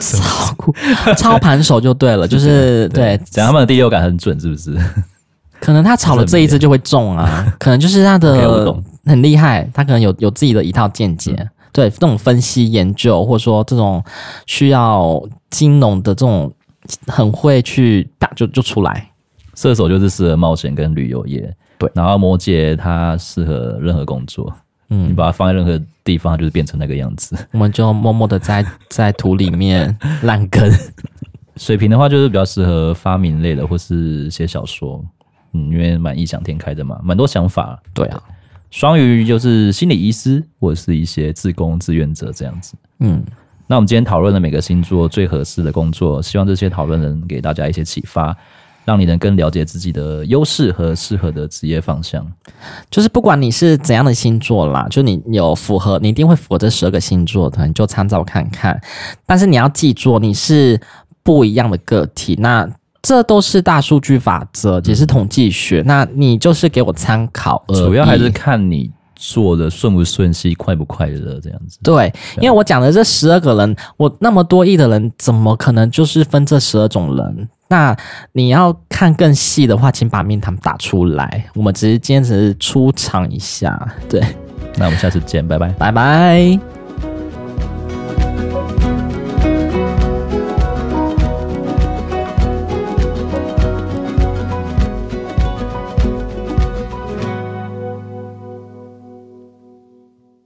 Speaker 2: 操股 (laughs) 操盘手就对了，就是对，
Speaker 1: 讲他们的第六感很准，是不是？ (laughs)
Speaker 2: 可能他炒了这一只就会中啊，可能就是他
Speaker 1: OK，我
Speaker 2: 的
Speaker 1: 懂
Speaker 2: 很厉害，他可能有有自己的一套见解。对这种分析研究，或者说这种需要金融的这种，很会去啪就就出来。
Speaker 1: 射手就是适合冒险跟旅游业，
Speaker 2: 对。
Speaker 1: 然后摩羯他适合任何工作，你
Speaker 2: 嗯，
Speaker 1: 把它放在任何地方，它就是变成那个样子。 (laughs)
Speaker 2: 我们就默默的在在土里面烂 (laughs) 根。
Speaker 1: 水瓶的话就是比较适合发明类的，或是写小说，嗯，因为蛮异想天开的嘛，蛮多想法。
Speaker 2: 对啊，
Speaker 1: 双鱼就是心理医师或者是一些志工志愿者这样子。
Speaker 2: 嗯，
Speaker 1: 那我们今天讨论了每个星座最合适的工作，希望这些讨论能给大家一些启发，让你能更了解自己的优势和适合的职业方向。
Speaker 2: 就是不管你是怎样的星座啦，就你有符合，你一定会符合这十二个星座的，你就参照看看。但是你要记住，你是不一样的个体，那这都是大数据法则，也是统计学。那你就是给我参考而已，
Speaker 1: 主要还是看你做的顺不顺心、快不快乐这样子。
Speaker 2: 对，因为我讲的这十二个人，我那么多亿的人，怎么可能就是分这十二种人？那你要看更细的话，请把面谈打出来。我们只是今天只是出场一下，对，
Speaker 1: 那我们下次见，拜拜。
Speaker 2: 拜拜。